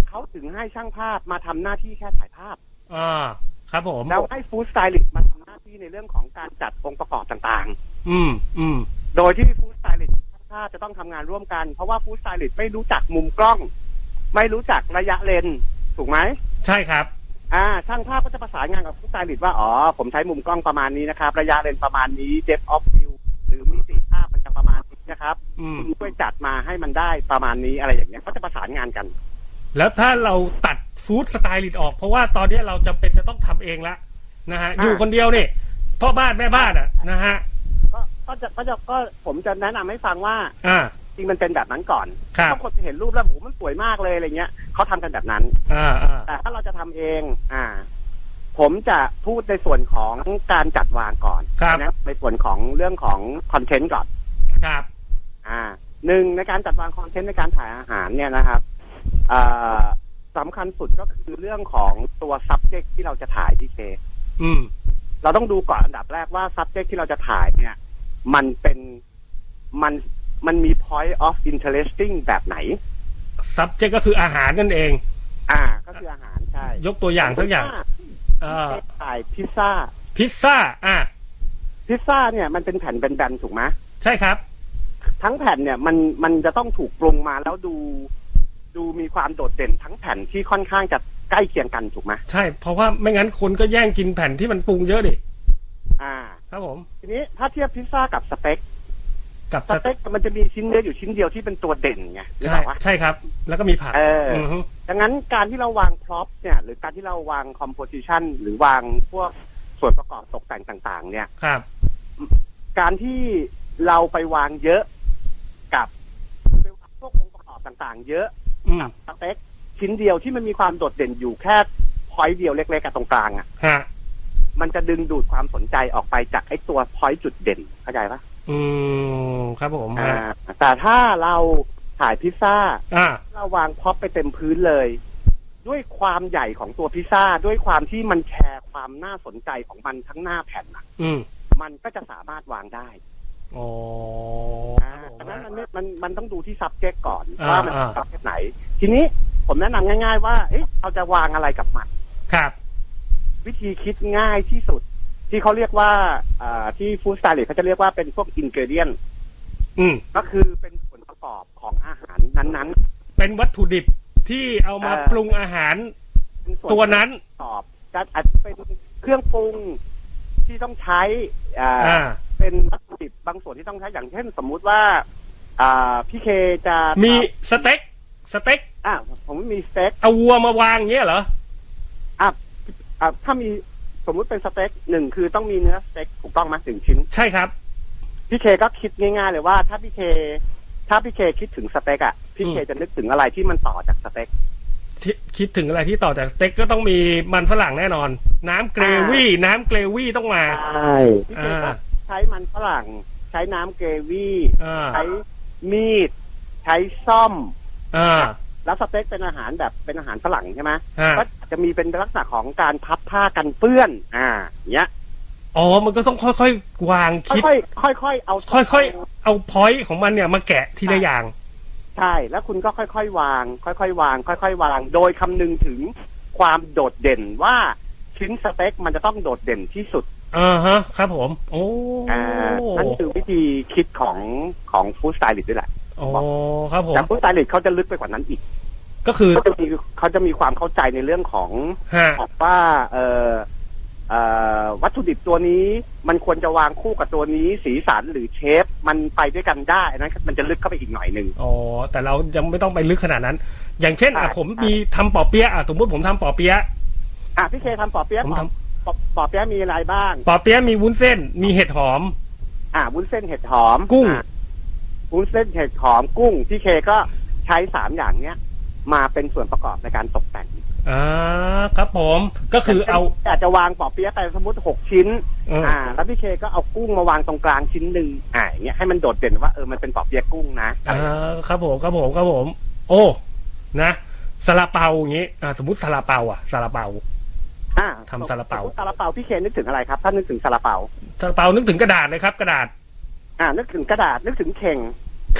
Speaker 5: เขาถึงให้ช่างภาพมาทำหน้าที่แค่ถ่ายภาพ
Speaker 4: อ่า ครับผม
Speaker 5: แล้วให้ฟู้ดสไตลิสต์มาทำหน้าที่ในเรื่องของการจัดองค์ประกอบต่าง
Speaker 4: อืม อืม
Speaker 5: ๆ โดยที่ฟู้ดสไตลิสต์ถ้าจะต้องทำงานร่วมกัน เพราะว่าฟู้ดสไตลิสต์ไม่รู้จักมุมกล้อง ไม่รู้จักระยะเลนส์ถูกไหม
Speaker 4: ใช่ครับ
Speaker 5: อ่าช่างภาพก็จะประสานงานกับผู้สไตลิสต์ว่า อ๋อ ผมใช้มุมกล้องประมาณนี้นะครับ ระยะเลนส์ประมาณนี้เดฟออฟฟิวหรือมิติภาพมันจะประมาณนี้นะครับ
Speaker 4: อืม
Speaker 5: คุณช่วยจัดมาให้มันได้ประมาณนี้อะไรอย่างเงี้ยเขาจะประสานงานกัน
Speaker 4: แล้วถ้าเราตัดฟู้ดสไตลิสต์ออก เพราะว่าตอนนี้เราจำเป็นจะต้องทำเองละนะฮะ
Speaker 5: อ่า
Speaker 4: อยู่คนเดียวนี่พ่อบ้านแม่บ้านอ่ะนะฮะ
Speaker 5: ก็ก็จะก็จะก็ผมจะแนะนำให้ฟังว่า
Speaker 4: อ่า
Speaker 5: จริงมันเป็นแบบนั้นก่อน
Speaker 4: ครับ
Speaker 5: ถ้าคนเห็นรูปแล้วโอ้โหมันสวยมากเลยอะไรเงี้ยเขาทำกันแบบนั้น
Speaker 4: อ่าอ่า
Speaker 5: แต่ถ้าเราจะทำเอง อ่า ผมจะพูดในส่วนของการจัดวางก่อน
Speaker 4: ครับ
Speaker 5: นะในส่วนของเรื่องของคอนเทนต์ก่อน
Speaker 4: ครับ
Speaker 5: อ่าหนึ่งในการจัดวางคอนเทนต์ในการถ่ายอาหารเนี่ยนะครับเอ่อสำคัญสุดก็คือเรื่องของตัว subject ที่เราจะถ่ายที่เค
Speaker 4: อืม
Speaker 5: เราต้องดูก่อนอันดับแรกว่า subject ที่เราจะถ่ายเนี่ย มันเป็นมันมันมี point of interesting แบบไหน
Speaker 4: subject ก็คืออาหารนั่นเอง
Speaker 5: อ่า ก็คืออาหารใช่
Speaker 4: ยกตัวอย่างสักอย่างเอ่
Speaker 5: พิซ
Speaker 4: อ
Speaker 5: ซ่ถ่ายพิซซ่า
Speaker 4: พิซซ่า อ่า
Speaker 5: พิซซ่าเนี่ยมันเป็นแผ่นแบนๆถูกไหม
Speaker 4: ใช่ครับ
Speaker 5: ทั้งแผ่นเนี่ยมันมันจะต้องถูกปรุงมาแล้วดู ดูมีความโดดเด่นทั้งแผ่นที่ค่อนข้างจะใกล้เคียงกันถูกไหม
Speaker 4: ใช่ เพราะว่าไม่งั้นคนก็แย่งกินแผ่นที่มันปรุงเยอะดิ
Speaker 5: อ่า
Speaker 4: ครับผม
Speaker 5: ทีนี้ถ้าเทียบพิซซ่ากับสเต็ก
Speaker 4: กับ
Speaker 5: สเต็กมันจะมีชิ้นเนื้ออยู่ชิ้นเดียวที่เป็นตัวเด่นไงหรือ
Speaker 4: ใช่
Speaker 5: เปล่าวะ
Speaker 4: ใช่ครับ แล้วก็มีผัก
Speaker 5: เอออื
Speaker 4: อฮึ
Speaker 5: ดังนั้นการที่เราวางพร็อพเนี่ย หรือการที่เราวางคอมโพสิชันหรือวางพวกส่วนประกอบตกแต่งต่าง ๆ เนี่ย
Speaker 4: ครับ
Speaker 5: การที่เราไปวางเยอะกับไปวางพวกองค์ประกอบต่างๆ เยอะ
Speaker 4: อืม
Speaker 5: สเต็กชิ้นเดียวที่มันมีความโดดเด่นอยู่แค่พอยต์เดียวเล็กๆกับตรงกลางอ่ะ
Speaker 4: ฮะ
Speaker 5: มันจะดึงดูดความสนใจออกไปจากไอ้ตัวพอยต์จุดเด่นเข้าใจปะ
Speaker 4: อืม ครับผม
Speaker 5: อ่า
Speaker 4: ฮะ
Speaker 5: แต่ถ้าเราถ่ายพิซซ่า
Speaker 4: อ่า
Speaker 5: เราวางพร็อพไปเต็มพื้นเลย ด้วยความใหญ่ของตัวพิซซ่า ด้วยความที่มันแชร์ความน่าสนใจของมันทั้งหน้าแผ่นน่ะ
Speaker 4: อืม
Speaker 5: มันก็จะสามารถวางได้
Speaker 4: อ๋อ
Speaker 5: อ่าดังนั้นมันไม่มันมันต้องดูที่ subject ก่อน
Speaker 4: อ่า
Speaker 5: ว่ามัน
Speaker 4: อ่า
Speaker 5: เป็น subject ไหน ทีนี้ผมแนะนำง่าย ๆ ว่าเอ๊ะเราจะวางอะไรกับมัน
Speaker 4: ครับ
Speaker 5: วิธีคิดง่ายที่สุด ที่เขาเรียกว่าอ่าที่ฟู้ดสไตล์เขาจะเรียกว่าเป็นพวกอินเกเดียน
Speaker 4: อืม
Speaker 5: ก็คือเป็นส่วนประกอบของอาหารนั้น
Speaker 4: เป็นวัตถุดิบที่เอามา
Speaker 5: เอ่อ
Speaker 4: ปรุงอาหาร
Speaker 5: ๆเป็ส่
Speaker 4: ตัวนั้น
Speaker 5: ตอบจะอาจจะเป็นเครื่องปรุงที่ต้องใช้อ่า
Speaker 4: อ่า
Speaker 5: เป็นวัตถุดิบบางส่วนที่ต้องใช้อย่างเช่น สมมุติว่า อ่าพี่เคจะ
Speaker 4: มีสเต็ก สเต็ก
Speaker 5: อ่าผมมีสเต็ก
Speaker 4: เอาวัวมาวางเงี้ยเหรอ
Speaker 5: อ่าถ้ามีสมมุติเป็นสเต็กหนึ่งคือต้องมีเนื้อสเต็กถูกต้องไหมถึงชิ้น
Speaker 4: ใช่ครับ
Speaker 5: พี่เคก็คิดง่ายๆเลยว่า ถ้าพี่เค ถ้าพี่เคคิดถึงสเต็กอ่ะพี่
Speaker 4: อืม
Speaker 5: เคจะนึกถึงอะไรที่มันต่อจากสเต็ก
Speaker 4: ที่คิดถึงอะไรที่ต่อจากสเต็กก็ต้องมีมันฝรั่งแน่นอน น้ำเกรวี่ น้ำเกรวี่ต้องมา
Speaker 5: ใช่พี่เคก็
Speaker 4: อ่า
Speaker 5: ใช้มันฝรั่ง ใช้น้ำเกรวี่
Speaker 4: อ่า
Speaker 5: ใช้มีด ใช้ซ่อม
Speaker 4: อ่า
Speaker 5: แล้วสเต็กเป็นอาหารแบบเป็นอาหารฝรั่งใช่ไหม
Speaker 4: ฮะ
Speaker 5: ก็จะมีเป็นลักษณะของการพับผ้ากันเปื้อน อ่าเนี้ย
Speaker 4: อ๋อ มันก็ต้องค่อยๆ วางคิด
Speaker 5: ค่อยๆค่อยๆเอา
Speaker 4: ค่อยๆ เอาพอยต์ของมันเนี่ยมาแกะทีละอย่าง
Speaker 5: ใช่แล้วคุณก็ค่อยๆวาง ค่อยๆวาง ค่อยๆวาง โดยคำนึงถึงความโดดเด่นว่าชิ้นสเต็กมันจะต้องโดดเด่นที่สุด
Speaker 4: อ่าฮะ ครับผม โอ้
Speaker 5: อ่านั่นคือวิธีคิดของของฟู้ดสไตลิสต์ด้วยแหละ
Speaker 4: โอ้ครับผม
Speaker 5: แต่ฟู้ดสไตลิสต์เขาจะลึกไปกว่านั้นอีก
Speaker 4: ก็คือ
Speaker 5: เขาจะมีเขาจะมีความเข้าใจในเรื่องของ
Speaker 4: ฮะ
Speaker 5: บอกว่าเออเออวัตถุดิบตัวนี้มันควรจะวางคู่กับตัวนี้สีสันหรือเชฟ มันไปด้วยกันได้อันนั้นมันจะลึกเข้าไปอีกหน่อยหนึ่ง
Speaker 4: อ๋อแต่เรายังไม่ต้องไปลึกขนาดนั้น อย่างเช่นอ่ะ
Speaker 5: ใช่
Speaker 4: ผมมีทำปอเปี๊ยะอ่ะสมมติผมทำปอเปี๊ยะ
Speaker 5: อ่ะพี่เคทำปอเปี๊ยะ
Speaker 4: ผม
Speaker 5: ก่อ
Speaker 4: ทำ
Speaker 5: นปอปอเปี๊ยะมีอะไรบ้าง
Speaker 4: ปอเปี๊ยะมีวุ้นเส้น มีเห็ดหอม
Speaker 5: อ่ะวุ้นเส้นเห็ดหอม
Speaker 4: กุ้ง
Speaker 5: อ่ะวุ้นเส้นเห็ดหอมกุ้งพี่เคก็ใช้สามอย่างเนี้ย มาเป็นส่วนประกอบในการตกแต่ง
Speaker 4: อ่าครับผมก็คือเอา
Speaker 5: อาจจะวางปอเปี๊ยะไปสมมติหกชิ้น
Speaker 4: เอออ
Speaker 5: อ่า แล้วพี่เคก็เอากุ้งมาวางตรงกลางชิ้นหนึ่งอ่าอย่างเงี้ยให้มันโดดเด่นว่าเออมันเป็นปอเปี๊ยะกุ้งนะอะไรอย่างเงี้ย
Speaker 4: อ่าครับผมครับผมครับผม โอ้นะซาลาเปาอย่างงี้อ่าสมมติซาลาเปาอ่ะซาลาเปา
Speaker 5: อ่า
Speaker 4: ทำซาลาเปา
Speaker 5: สมมุติซาลาเปาพี่เคนนึกถึงอะไรครับถ้านึกถึงซาลาเปา
Speaker 4: ซาลาเปานึกถึงกระดาษเลยครับ กระดาษ
Speaker 5: อ่า นึกถึงกระดาษนึกถึงเข่ง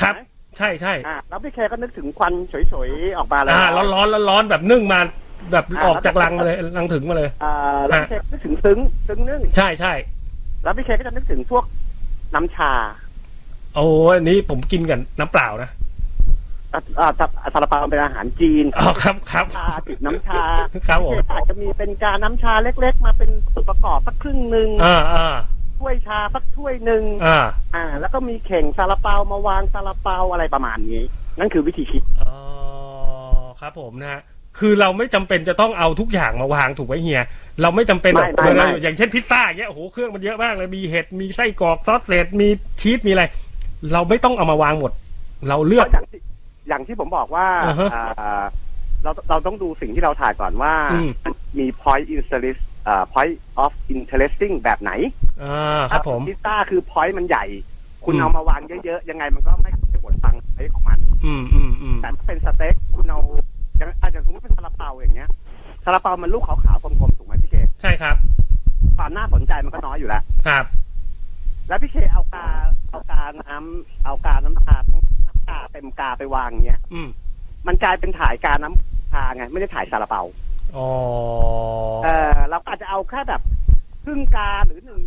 Speaker 4: ครับ
Speaker 5: นะ
Speaker 4: ใช่ใช่
Speaker 5: อ่า แล้วพี่เคก็นึกถึงควันเฉยๆออกมาแล้ว
Speaker 4: อ่าร้อนร้อนๆร้อนๆแบบนึ่งมาแบบออกจากรังมาเลยรังถึงมาเลย
Speaker 5: อ่าแล้วพี่เคก็นึกถึงซึ้งซึ้งนึ่ง
Speaker 4: ใช่ใช่
Speaker 5: แล้วพี่เคก็จะนึกถึงพวกน้ำชา
Speaker 4: โอ้อันนี้ผมกินกับน้ำเปล่านะ
Speaker 5: เ อ่าซาลาเปาเป็นอาหารจีน
Speaker 4: อ๋อครับครับ
Speaker 5: ชาติดน้ำชา
Speaker 4: ครับผม
Speaker 5: อาจจะมีเป็นการน้ำชาเล็ก ๆ มาเป็นส่วนประกอบสักครึ่งหนึ่ง
Speaker 4: อ่าอ่า
Speaker 5: ถ้วยชาสักถ้วยหนึ่ง
Speaker 4: อ่า
Speaker 5: อ่า แล้วก็มีเข่งซาลาเปามาวางซาลาเปาอะไรประมาณนี้ นั่นคือวิธีคิด
Speaker 4: อ๋อครับผมนะฮะคือเราไม่จำเป็นจะต้องเอาทุกอย่างมาวางถูกไหมเฮียเราไม่จำเป็น
Speaker 5: ไม่ไม่ไม่
Speaker 4: อย่างเช่นพิซซ่าอย่างเงี้ยโอ้โหเครื่องมันเยอะมากเลยมีเห็ดมีไส้กรอกซอสเศษมีชีสมีอะไร เราไม่ต้องเอามาวางหมด เราเลือก
Speaker 5: ก็อย่างที่อย่างที่ผมบอกว่า
Speaker 4: อ่าฮะ
Speaker 5: อ่าเราเราต้องดูสิ่งที่เราถ่ายก่อนว่า
Speaker 4: อืม
Speaker 5: มี point interest อ่า point of interesting แบบไหน
Speaker 4: อ่าครับผม
Speaker 5: พิซซ่าคือ point มันใหญ่ คุณ
Speaker 4: อืม
Speaker 5: เอามาวางเยอะๆ ยังไงมันก็ไม่จะหมดฟังไอ้ของมัน
Speaker 4: อืมอืมอืม
Speaker 5: แต่ถ้าเป็นสเต็กคุณเอาอย่างอาจจะสมมติเป็นซาลาเปาอย่างเงี้ยซาลาเปามันลูกขาวๆกลมๆถูกไหมพี่เค
Speaker 4: ใช่ครับ
Speaker 5: ความน่าสนใจมันก็น้อยอยู่แล้ว
Speaker 4: ครับ
Speaker 5: แล้วพี่เคเอากาเอากาน้ำเอากาน้ำชาทั้งน้ำชาเต็มกาไปวางอย่างเงี้ย
Speaker 4: อืม
Speaker 5: มันกลายเป็นถ่ายการน้ำชาไง ไม่ได้ถ่ายซาลาเปา
Speaker 4: อ๋อ
Speaker 5: เออเราก็อาจจะเอาแค่แบบครึ่งกาหรือหนึ่ง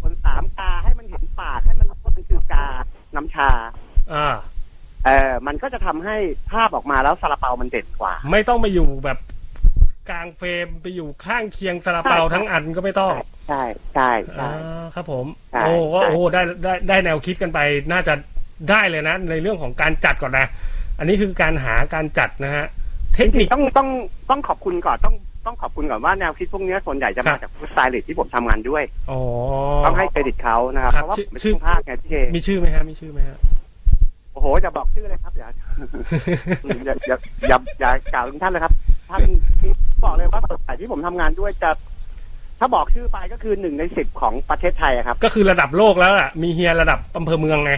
Speaker 5: คนสามกาให้มันเห็นปากให้มันรู้ว่ามันคือกาน้ำชา
Speaker 4: อ่า
Speaker 5: เออมันก็จะทำให้ภาพออกมาแล้วซาลาเปามันเด็ดกว่า
Speaker 4: ไม่ต้องไปอยู่แบบกลางเฟรมไปอยู่ข้างเคียงซาลาเปา
Speaker 5: ใช่
Speaker 4: ทั้งอันก็ไม่ต้อง
Speaker 5: ใช่ใช่ใช่
Speaker 4: อ่าครับผม
Speaker 5: ใช่
Speaker 4: โอ้ก็
Speaker 5: ใช่
Speaker 4: โอ้ได้ได้ได้แนวคิดกันไปน่าจะได้เลยนะ ในเรื่องของการจัดก่อนนะ อันนี้คือการหาการจัดนะฮะ เทค
Speaker 5: จ
Speaker 4: นิ
Speaker 5: ริ
Speaker 4: ค
Speaker 5: งๆต้องต้องต้องขอบคุณก่อนต้องต้องขอบคุณก่อนว่าแนวคิดพวกเนี้ยส่วนใหญ่จะ
Speaker 4: ครั
Speaker 5: มา
Speaker 4: บ
Speaker 5: จากผู้สไตลิสต์ที่ผมทำงานด้วย
Speaker 4: อ๋อ
Speaker 5: ต้องให้เครดิตเขานะครับ
Speaker 4: ครับ
Speaker 5: เพราะว่าผมเป็น
Speaker 4: ชื่อ
Speaker 5: ช่างภาคไงพี่เค
Speaker 4: มีชื่อไหมฮะ มีชื่อไหม ฮะ
Speaker 5: โอ้โหจะบอกชื่อเลยครับอย่า อย่าอย่าอย่าอย่ากล่าวถึงท่านเลยครับ ท่านบอกเลยว่าสายที่ผมทำงานด้วยจะ ถ้าบอกชื่อไปก็คือหนึ่งในสิบของประเทศไทยอะครับ
Speaker 4: ก็คือระดับโลกแล้วอ่ะ มีเฮียระดับอำเภอเมืองไง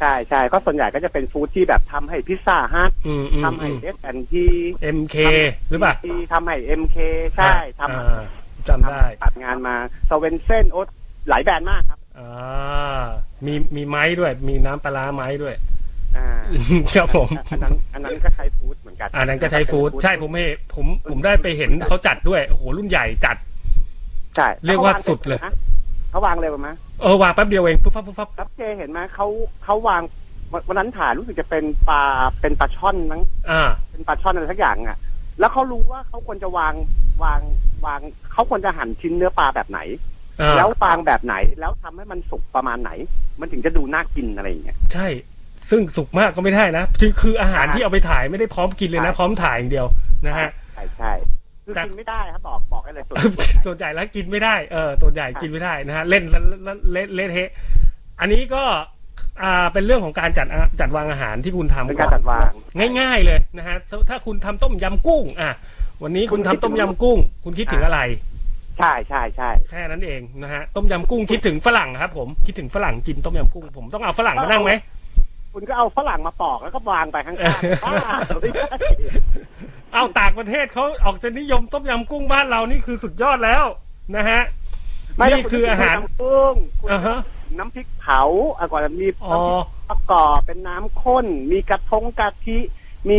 Speaker 5: ใช่ใช่ก็ส่วนใหญ่ก็จะเป็นฟู้ดที่แบบทำให้พิซซ่าฮัท
Speaker 4: อืมอืม
Speaker 5: ทำให้
Speaker 4: อืม
Speaker 5: เอสแอนที
Speaker 4: MK
Speaker 5: ทำ
Speaker 4: หรือเปล่า
Speaker 5: ที่ทำให้เอ็มเคใช่ทำ
Speaker 4: อ่าจำได้
Speaker 5: ตัดงานมาสเวนเซนโอ๊ตหลายแบรนด์มากครับ
Speaker 4: อ่า มีมีไม้ด้วย มีน้ำปลาร้าไม้ด้วย
Speaker 5: อ่า
Speaker 4: ครับผม
Speaker 5: อันนั้นอันนั้นก็ใช้ฟู้ดเหมือนกัน
Speaker 4: อันนั้นก็ใช้ฟู้ดใช่ผมเห็นผมผมได้ไปเห็นเขาจัดด้วยโอ้โหรุ่นใหญ่จัด
Speaker 5: ใช่
Speaker 4: เรียกว่าสุดเลย
Speaker 5: เขาวางเลยมั้ย
Speaker 4: เออวางแป๊บเดียวเองปุ๊บปั๊บปุ๊บปั๊บ
Speaker 5: ครับเจเห็นไหมเขาเขาวางวันวันนั้นถ่ายรู้สึกจะเป็นปลาเป็นปลาช่อนมั้ง
Speaker 4: อ่า
Speaker 5: เป็นปลาช่อนอะไรสักอย่างอ่ะ แล้วเขารู้ว่าเขาควรจะวางวางวางเขาควรจะหั่นชิ้นเนื้อปลาแบบไหน
Speaker 4: อ่า
Speaker 5: แล้ววางแบบไหน แล้วทำให้มันสุกประมาณไหน มันถึงจะดูน่ากินอะไรอย่างเงี้ย
Speaker 4: ใช่ ซึ่งสุกมากก็ไม่ได้นะคือคืออาหาร
Speaker 5: อ่า
Speaker 4: ที่เอาไปถ่ายไม่ได้พร้อมกินเลยนะ
Speaker 5: ใช่
Speaker 4: พร้อมถ่ายอย่างเดียวนะฮะ
Speaker 5: ใช่ใช่คือ
Speaker 4: แต่
Speaker 5: กินไม่ได้ครับบอกบอกได้ เลยส่วน
Speaker 4: ตัวใหญ่แล้วกินไม่ได้เออตัวใหญ่กินไม่ได้นะฮะเล่นแล้วแล้วเละเละเทะอันนี้ก็อ่าเป็นเรื่องของการจัดอ่ะจัดวางอาหารที่คุณทำ
Speaker 5: เป็นการจัดวาง
Speaker 4: ง่ายๆเลยนะฮะถ้าคุณทำต้มยำกุ้ง อ่ะ วันนี้คุณทำต้มยำกุ้ง คุณคิดถึงอะไร
Speaker 5: ใช่ใช่ใช่
Speaker 4: แค่นั้นเองนะฮะต้มยำกุ้งคิดถึงฝรั่งครับผมคิดถึงฝรั่งกินต้มยำกุ้งผมต้องเอาฝรั่งมานั่งไหม
Speaker 5: คุณก็เอาฝรั่งมาปอกแล้วก็วางไปข้าง ๆบ้าไม่ได้
Speaker 4: เอาต่างประเทศเขาออกจะนิยมต้มยำกุ้งบ้านเรานี่คือสุดยอดแล้วนะฮะ
Speaker 5: ไม่
Speaker 4: นี่คืออาหาร
Speaker 5: คุณต้งกุ้งคุณ
Speaker 4: อ่าฮะ
Speaker 5: น้ำพริกเผาอะก่อนมี
Speaker 4: อ๋อ
Speaker 5: น้ำพริกประกอบเป็นน้ำข้น มีกระทงกะทิ มี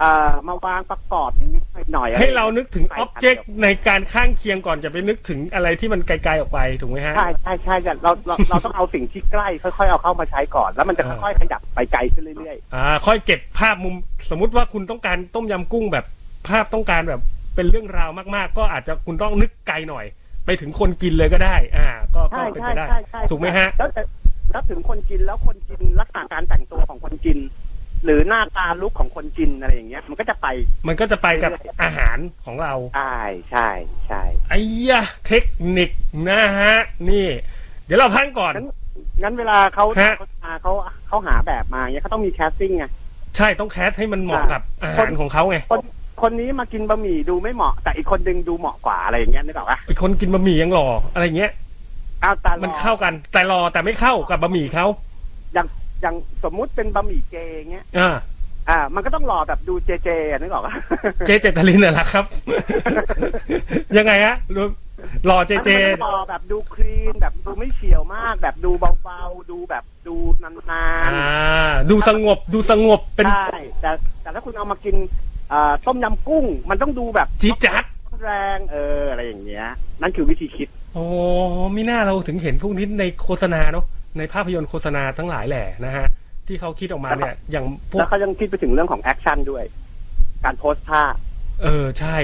Speaker 5: เอ่อมาวางประกอบนิดๆหน่อยๆ
Speaker 4: ให้
Speaker 5: อะไ
Speaker 4: เรานึกถึง
Speaker 5: ไป
Speaker 4: อ็อบเจกต์ในการข้างเคียงก่อนจะไปนึกถึงอะไรที่มันไกลๆออกไปถูกไหมฮะ
Speaker 5: ใช่ใช่ใช่อย่าเราเราเราต้องเอาสิ่งที่ใกล้ ค่อยๆเอาเข้ามาใช้ก่อน แล้วมันจะ
Speaker 4: อ่า
Speaker 5: ค่อยๆขยับไปไกลขึ้นเรื่อย
Speaker 4: อ่าค่อยเก็บภาพมุมสมมติว่าคุณต้องการต้มยำกุ้งแบบภาพต้องการแบบเป็นเรื่องราวมากๆ ก็อาจจะคุณต้องนึกไกลหน่อย ไปถึงคนกินเลยก็ได้ อ่า ก็
Speaker 5: ๆ
Speaker 4: ก็
Speaker 5: ใช่
Speaker 4: เป็น
Speaker 5: ใช่
Speaker 4: ไปได้
Speaker 5: ใช่ใช่
Speaker 4: ถูกไหมฮะ
Speaker 5: แล้วแต่แล้วถึงคนกินแล้วคนกินลักษณะการแต่งตัวของคนกิน หรือหน้าตาลุกของคนกินอะไรอย่างเงี้ย มันก็จะไป
Speaker 4: มันก็จะไปกับอาหารของเรา
Speaker 5: ใช่ใช่ใช่
Speaker 4: ไอ้ยะเทคนิคนะฮะ นี่ เดี๋ยวเราพักก่อน
Speaker 5: งั้น งั้นเวลาเขา
Speaker 4: ฮะ
Speaker 5: เขามาเขาเขาหาแบบมาเงี้ยเขาต้องมีแคสติ้งไง
Speaker 4: ใช่ต้องแคสให้มันเหมาะกับอาหารของเขาไง
Speaker 5: คนคนนี้มากินบะหมี่ดูไม่เหมาะ แต่อีกคนดึงดูเหมาะกว่าอะไรอย่างเงี้ยนึกออกปะ
Speaker 4: ไอคนกินบะหมี่ยังหล่ออะไรเงี้ย
Speaker 5: เอาตา
Speaker 4: มั
Speaker 5: มัน
Speaker 4: เข้ากัน แต่หล่อแต่ไม่เข้ากับบะหมี่เขา
Speaker 5: อย่างอย่างสมมุติเป็นบะหมี่เจเงี้ย
Speaker 4: อ่า
Speaker 5: อ่า มันก็ต้องรอแบบดูเจเจอ่ะนึกออกปะ
Speaker 4: เจเจตลินน่ะเหรอ ครับ ยังไงฮะรู้หล่อเจเจ
Speaker 5: มันต้องรอแบบดูคลีนแบบดูไม่เฉียวมาก แบบดูเบาๆดูแบบดูนาน
Speaker 4: อ่า ดูสงบดูสงบเป็น
Speaker 5: ๆใช่แต่แต่ถ้าคุณเอามากินเอ่อต้มยำกุ้ง มันต้องดูแบบ
Speaker 4: จี๊ดจัด
Speaker 5: แรงเอออะไรอย่างเงี้ย นั่นคือวิธีคิด
Speaker 4: โอ้ไม่น่าเราถึงเห็นพวกนี้ในโฆษณาเนอะในภาพยนตร์โฆษณาทั้งหลายแหละนะฮะ เจ ที่เขาคิดออกมาเนี่ย อย่างพว
Speaker 5: แล้
Speaker 4: ก
Speaker 5: วเขายังคิดไปถึงเรื่องของแอคชั่นด้วย การโพสท่า
Speaker 4: เออใช่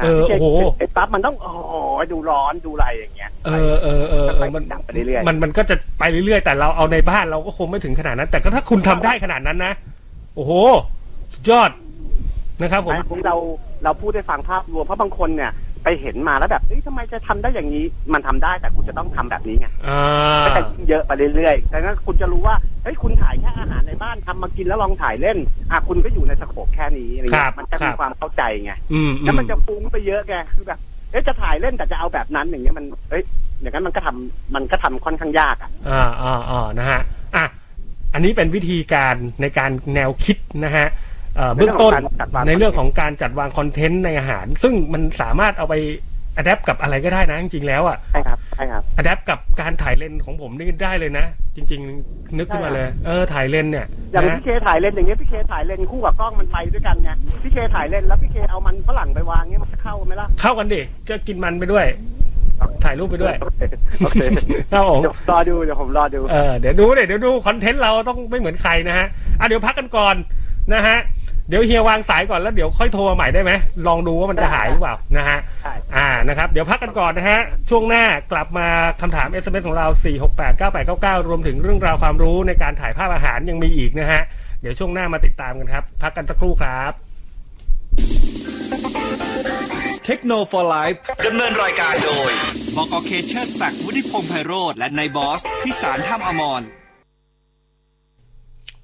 Speaker 5: ะ
Speaker 4: เออ
Speaker 5: พี่จ
Speaker 4: โอ้โห
Speaker 5: ไอ้ปั๊บมันต้องโอ้โหดูร้อนดูอะไรอย่างเงี้ย
Speaker 4: เออเออเออเออมัน
Speaker 5: ดังไปเรื่อยๆ
Speaker 4: มันมันก็จะไปเรื่อยๆ แต่เราเอาในบ้านเราก็คงไม่ถึงขนาดนั้น แต่ก็ถ้าคุณทำได้ขนาดนั้นนะ โอ้โหสุดยอดนะครับผม
Speaker 5: ไม่ผมเราเราพูดได้ฟังภาพรวมเพราะบางคนเนี่ย ไปเห็นมาแล้วแบบเอ้ยทำไมจะทำได้อย่างนี้ มันทำได้แต่คุณจะต้องทำแบบนี้ไง
Speaker 4: อ่
Speaker 5: ก็
Speaker 4: า
Speaker 5: จะยิ่งเยอะไปเรื่อยๆดังนั้นคุณจะรู้ว่าเฮ้ยคุณถ่ายแค่อาหารในบ้านทำมากินแล้วลองถ่ายเล่นอ่ะคุณก็อยู่ในสโคปแค่นี้อะไรเงี้ยมันจะมีความเข้าใจไง
Speaker 4: อืมอื
Speaker 5: แล้ว
Speaker 4: ม
Speaker 5: มันจะฟุ้งไปเยอะไงคือแบบเอ๊ะจะถ่ายเล่นแต่จะเอาแบบนั้นอย่างเงี้ยมันเอ้ยอย่างนั้นมันก็ทำมันก็ทำค่อนข้างยากอ่ะ
Speaker 4: อ่าอ่าอ่านะฮะอ่ะอันนี้เป็นวิธีการในการแนวคิดนะฮะเอ่อเบื้องต้น
Speaker 5: จัดวาง
Speaker 4: ในเรื่องของการจัดวางคอนเทนต์ในอาหาร ซึ่งมันสามารถเอาไปอัดแอปกับอะไรก็ได้นะจริงๆแล้วอ่ะ
Speaker 5: ใช่ครับใช่ครับ
Speaker 4: อัดแอปกับการถ่ายเลนส์ของผมนี่ได้เลยนะ จริง ๆ นึกขึ้นมาเลย เออถ่ายเลนส์เนี่ย
Speaker 5: อย่าง
Speaker 4: นะ
Speaker 5: พี่เคถ่ายเลนอย่างเงี้ยพี่เคถ่ายเลนคู่กับกล้องมันไปด้วยกันไงพี่เคถ่ายเลนแล้วพี่เคเอามันฝรั่งไปวางเงี้ยมันจะเข้าไหมล่ะ
Speaker 4: เข้ากันดิก็กินมันไปด้วย ถ่ายรูปไปด้วย
Speaker 5: โอเคโอเค
Speaker 4: ครับผม
Speaker 5: เดี๋ยวรอดูเดี๋ยวผมรอดู
Speaker 4: เออเดี๋ยวดูเดี๋ยวดูคอนเทนต์เราต้องไม่เหมือนใครนะฮะอ่ะเดี๋ยวพักกันก่อนนะฮะเดี๋ยวเฮียวางสายก่อนแล้วเดี๋ยวค่อยโทรมาใหม่ได้ไหมลองดูว่ามันจะหายหรือเปล่านะฮะ
Speaker 5: ใช่
Speaker 4: อ่านะครับ เดี๋ยวพักกันก่อนนะฮะ ช่วงหน้ากลับมาคำถาม SMS ของเรา 468 9899 รวมถึงเรื่องราวความรู้ในการถ่ายภาพอาหารยังมีอีกนะฮะ เดี๋ยวช่วงหน้ามาติดตามกันครับ พักกันสักครู่ครับ
Speaker 1: เทคโนโลยีไลฟ์ดำเนินรายการโดยบกเคเชอร์ศักดิ์วุฒิพงษ์ไพโรธและนายบอสพิสารท่ามอมร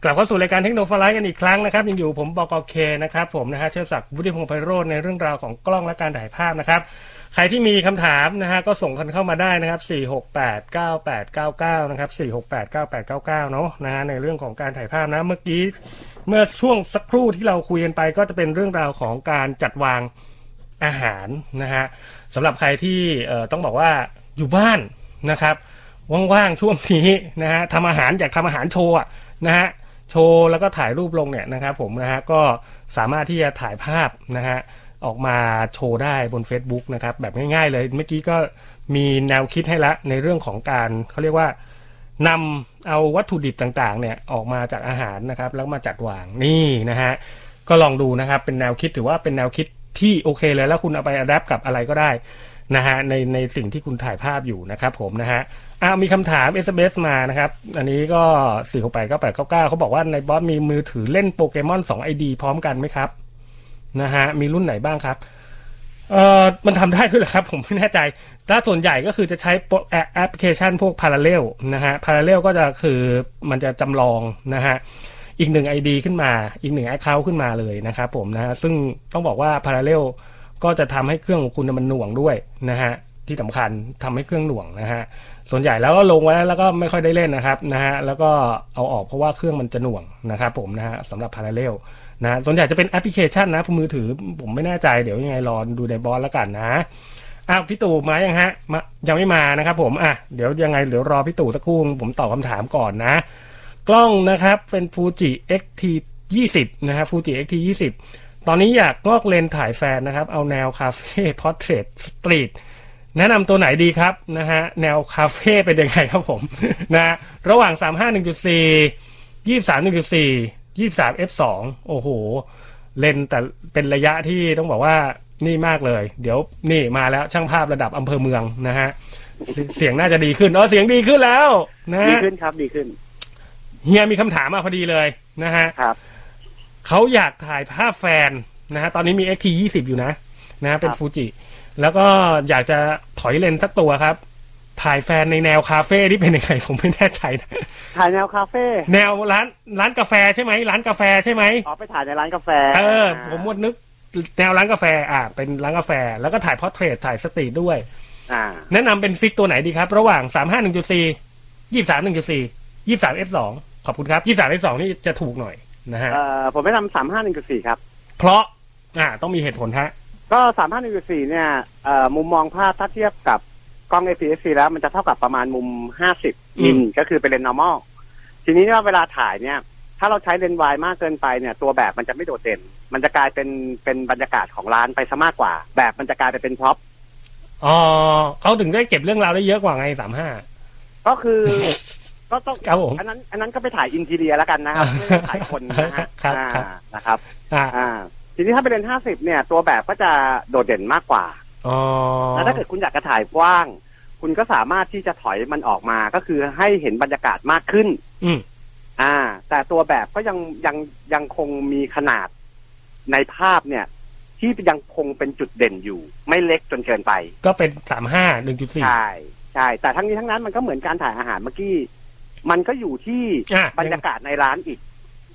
Speaker 4: กลับเข้าสู่รายการเทคโนโลยีกันอีกครั้งนะครับ ยังอยู่ผมบกเคนะครับผมนะฮะเชิดศักดิ์วุฒิพงษ์ไพโรจน์ในเรื่องราวของกล้องและการถ่ายภาพนะครับ ใครที่มีคำถามนะฮะก็ส่งกันเข้ามาได้นะครับ 4689899 นะครับ 4689899 เนอะนะฮะในเรื่องของการถ่ายภาพนะเมื่อกี้เมื่อช่วงสักครู่ที่เราคุยกันไป ก็จะเป็นเรื่องราวของการจัดวางอาหารนะฮะสำหรับใครที่เอ่อต้องบอกว่าอยู่บ้านนะครับ ว่างๆช่วงนี้นะฮะทำอาหารอยากทำอาหารโชว์อะนะฮะโชว์แล้วก็ถ่ายรูปลงเนี่ยนะครับผมนะฮะก็สามารถที่จะถ่ายภาพนะฮะออกมาโชว์ได้บน Facebook นะครับแบบง่ายๆเลยเมื่อกี้ก็มีแนวคิดให้ละในเรื่องของการเขาเรียกว่านำเอาวัตถุดิบต่างๆเนี่ยออกมาจากอาหารนะครับแล้วมาจัดวางนี่นะฮะก็ลองดูนะครับเป็นแนวคิดถือว่าเป็นแนวคิดที่โอเคเลยแล้วคุณเอาไปอัดแอปกับอะไรก็ได้ นะฮะในในสิ่งที่คุณถ่ายภาพอยู่นะครับผมนะฮะอ่ามีคำถาม SMS มานะครับ อันนี้ก็ 4 6 8 9 8 9 9 เขาบอกว่าในบอสมีมือถือเล่นโปเกมอน2 ID พร้อมกันไหมครับ นะฮะ มีรุ่นไหนบ้างครับ เอ่อ มันทำได้ด้วยเหรอครับ ผมไม่แน่ใจถ้าส่วนใหญ่ก็คือจะใช้โปรแอปแอปพลิเคชันพวก Parallel นะฮะ Parallel ก็จะคือมันจะจำลองนะฮะ อีกหนึ่ง ID ขึ้นมา อีกหนึ่ง Account ขึ้นมาเลยนะครับผมนะฮะ ซึ่งต้องบอกว่า Parallel ก็จะทำให้เครื่องของคุณมันหน่วงด้วยนะฮะ ที่สำคัญทำให้เครื่องหน่วงนะฮะ ส่วนใหญ่แล้วก็ลงไว้แล้วก็ไม่ค่อยได้เล่นนะครับนะฮะแล้วก็เอาออกเพราะว่าเครื่องมันจะหน่วงนะครับผมนะฮะสำหรับ Parallel นะฮะส่วนใหญ่จะเป็นแอปพลิเคชันนะมือถือผมไม่แน่ใจเดี๋ยวยังไงรอดูในบอสแล้วกันนะอ้าวพี่ตู่มายังฮะมายังไม่มานะครับผมอ่ะเดี๋ยวยังไงเดี๋ยวรอพี่ตู่สักครู่ผมตอบคำถามก่อนนะ กล้องนะครับเป็น Fuji XT 20นะครับ Fuji XT 20 ตอนนี้อยากงอกเลนส์ถ่ายแฟนนะครับ เอาแนวคาเฟ่ พอร์เทรตสตรีท แนะนำตัวไหนดีครับนะฮะแนวคาเฟ่เป็นยังไงครับผม นะฮะระหว่าง 351.4 23.1.4 23 f2 โอ้โห เลนส์แต่เป็นระยะที่ต้องบอกว่านี่มากเลย เดี๋ยวนี่มาแล้วช่างภาพระดับอำเภอเมืองนะฮะเสเสียงน่าจะดีขึ้นเออเสียงดีขึ้นแล้วนะ
Speaker 5: ดี
Speaker 4: ฮะ
Speaker 5: ขึ้นครับดีขึ้น
Speaker 4: เฮียมีคำถามมาพอดีเลยนะฮะ
Speaker 5: ครับ
Speaker 4: เขาอยากถ่ายภาพแฟนนะฮะตอนนี้มี XT 20 อยู่นะนะฮะเป็น
Speaker 5: ครับ
Speaker 4: ฟูจิแล้วก็อยากจะถอยเลนส์สักตัวครับ ถ่ายแฟนในแนวคาเฟ่ที่เป็นยังไง ผมไม่แน่ใจนะ
Speaker 5: ถ่ายแนวคาเฟ่
Speaker 4: แนวร้านร้านกาแฟใช่ไหมร้านกาแฟใช่ไหม
Speaker 5: อ๋อไปถ่ายในร้านกาแฟ
Speaker 4: เออ ผมมดนึกแนวร้านกาแฟอ่าเป็นร้านกาแฟ แล้วก็ถ่ายพอร์เทรตถ่ายสตรีทด้วย
Speaker 5: อ่า
Speaker 4: แนะนำเป็นฟิกตัวไหนดีครับ ระหว่าง 351.4 23.1.4 23 F2 ขอบคุณครับ 23 F2 นี่จะถูกหน่อยนะฮะ
Speaker 5: เอ่อผมไม่นำสามห้าหนึ่งสี่ครับ
Speaker 4: เพราะอ่าต้องมีเหตุผลฮะ
Speaker 5: ก็สามห้าหนึ่งสี่เนี่ยเอ่อมุมมองภาพถ้าเทียบกับกล้อง APS-C แล้วมันจะเท่ากับประมาณมุมห้าสิบ
Speaker 4: อืม
Speaker 5: มิลก็คือเป็นเลนส์ normal ทีนี้เนี่ยเวลาถ่ายเนี่ย ถ้าเราใช้เลนส์วายมากเกินไปเนี่ย ตัวแบบมันจะไม่โดดเด่น มันจะกลายเป็นเป็นบรรยากาศของร้านไปซะมากกว่า แบบมันจะกลายไปเป็นพร็อพ
Speaker 4: อ๋อเขาถึงได้เก็บเรื่องราวได้เยอะกว่าไงสามห้า
Speaker 5: ก็คือ ก็ต้อง
Speaker 4: ครับผม
Speaker 5: อันนั้น อันนั้นก็ไปถ่ายอินทีเรียแล้วกันนะครับไม่ได้ถ่ายคนนะฮะ
Speaker 4: ครับ
Speaker 5: อ่า
Speaker 4: ครับ
Speaker 5: นะครับ
Speaker 4: อ่ะ
Speaker 5: อ่า ทีนี้ถ้าไปเรียนห้าสิบเนี่ย ตัวแบบก็จะโดดเด่นมากกว่า
Speaker 4: อ๋อ
Speaker 5: แล้วถ้าเกิดคุณอยากจะถ่ายกว้าง คุณก็สามารถที่จะถอยมันออกมาก็คือให้เห็นบรรยากาศมากขึ้น
Speaker 4: อืม
Speaker 5: อ่า แต่ตัวแบบก็ยังยังยังคงมีขนาดในภาพเนี่ย ที่ยังคงเป็นจุดเด่นอยู่ ไม่เล็กจนเกินไป
Speaker 4: ก็เป็นสามห้าหนึ่งจุดสี่
Speaker 5: ใช่ใช่แต่ทั้งนี้ทั้งนั้นมันก็เหมือนการถ่ายอาหารเมื่อกี้ มันก็อยู่ที่
Speaker 4: อ่ะ
Speaker 5: บรรยากาศในร้านอีก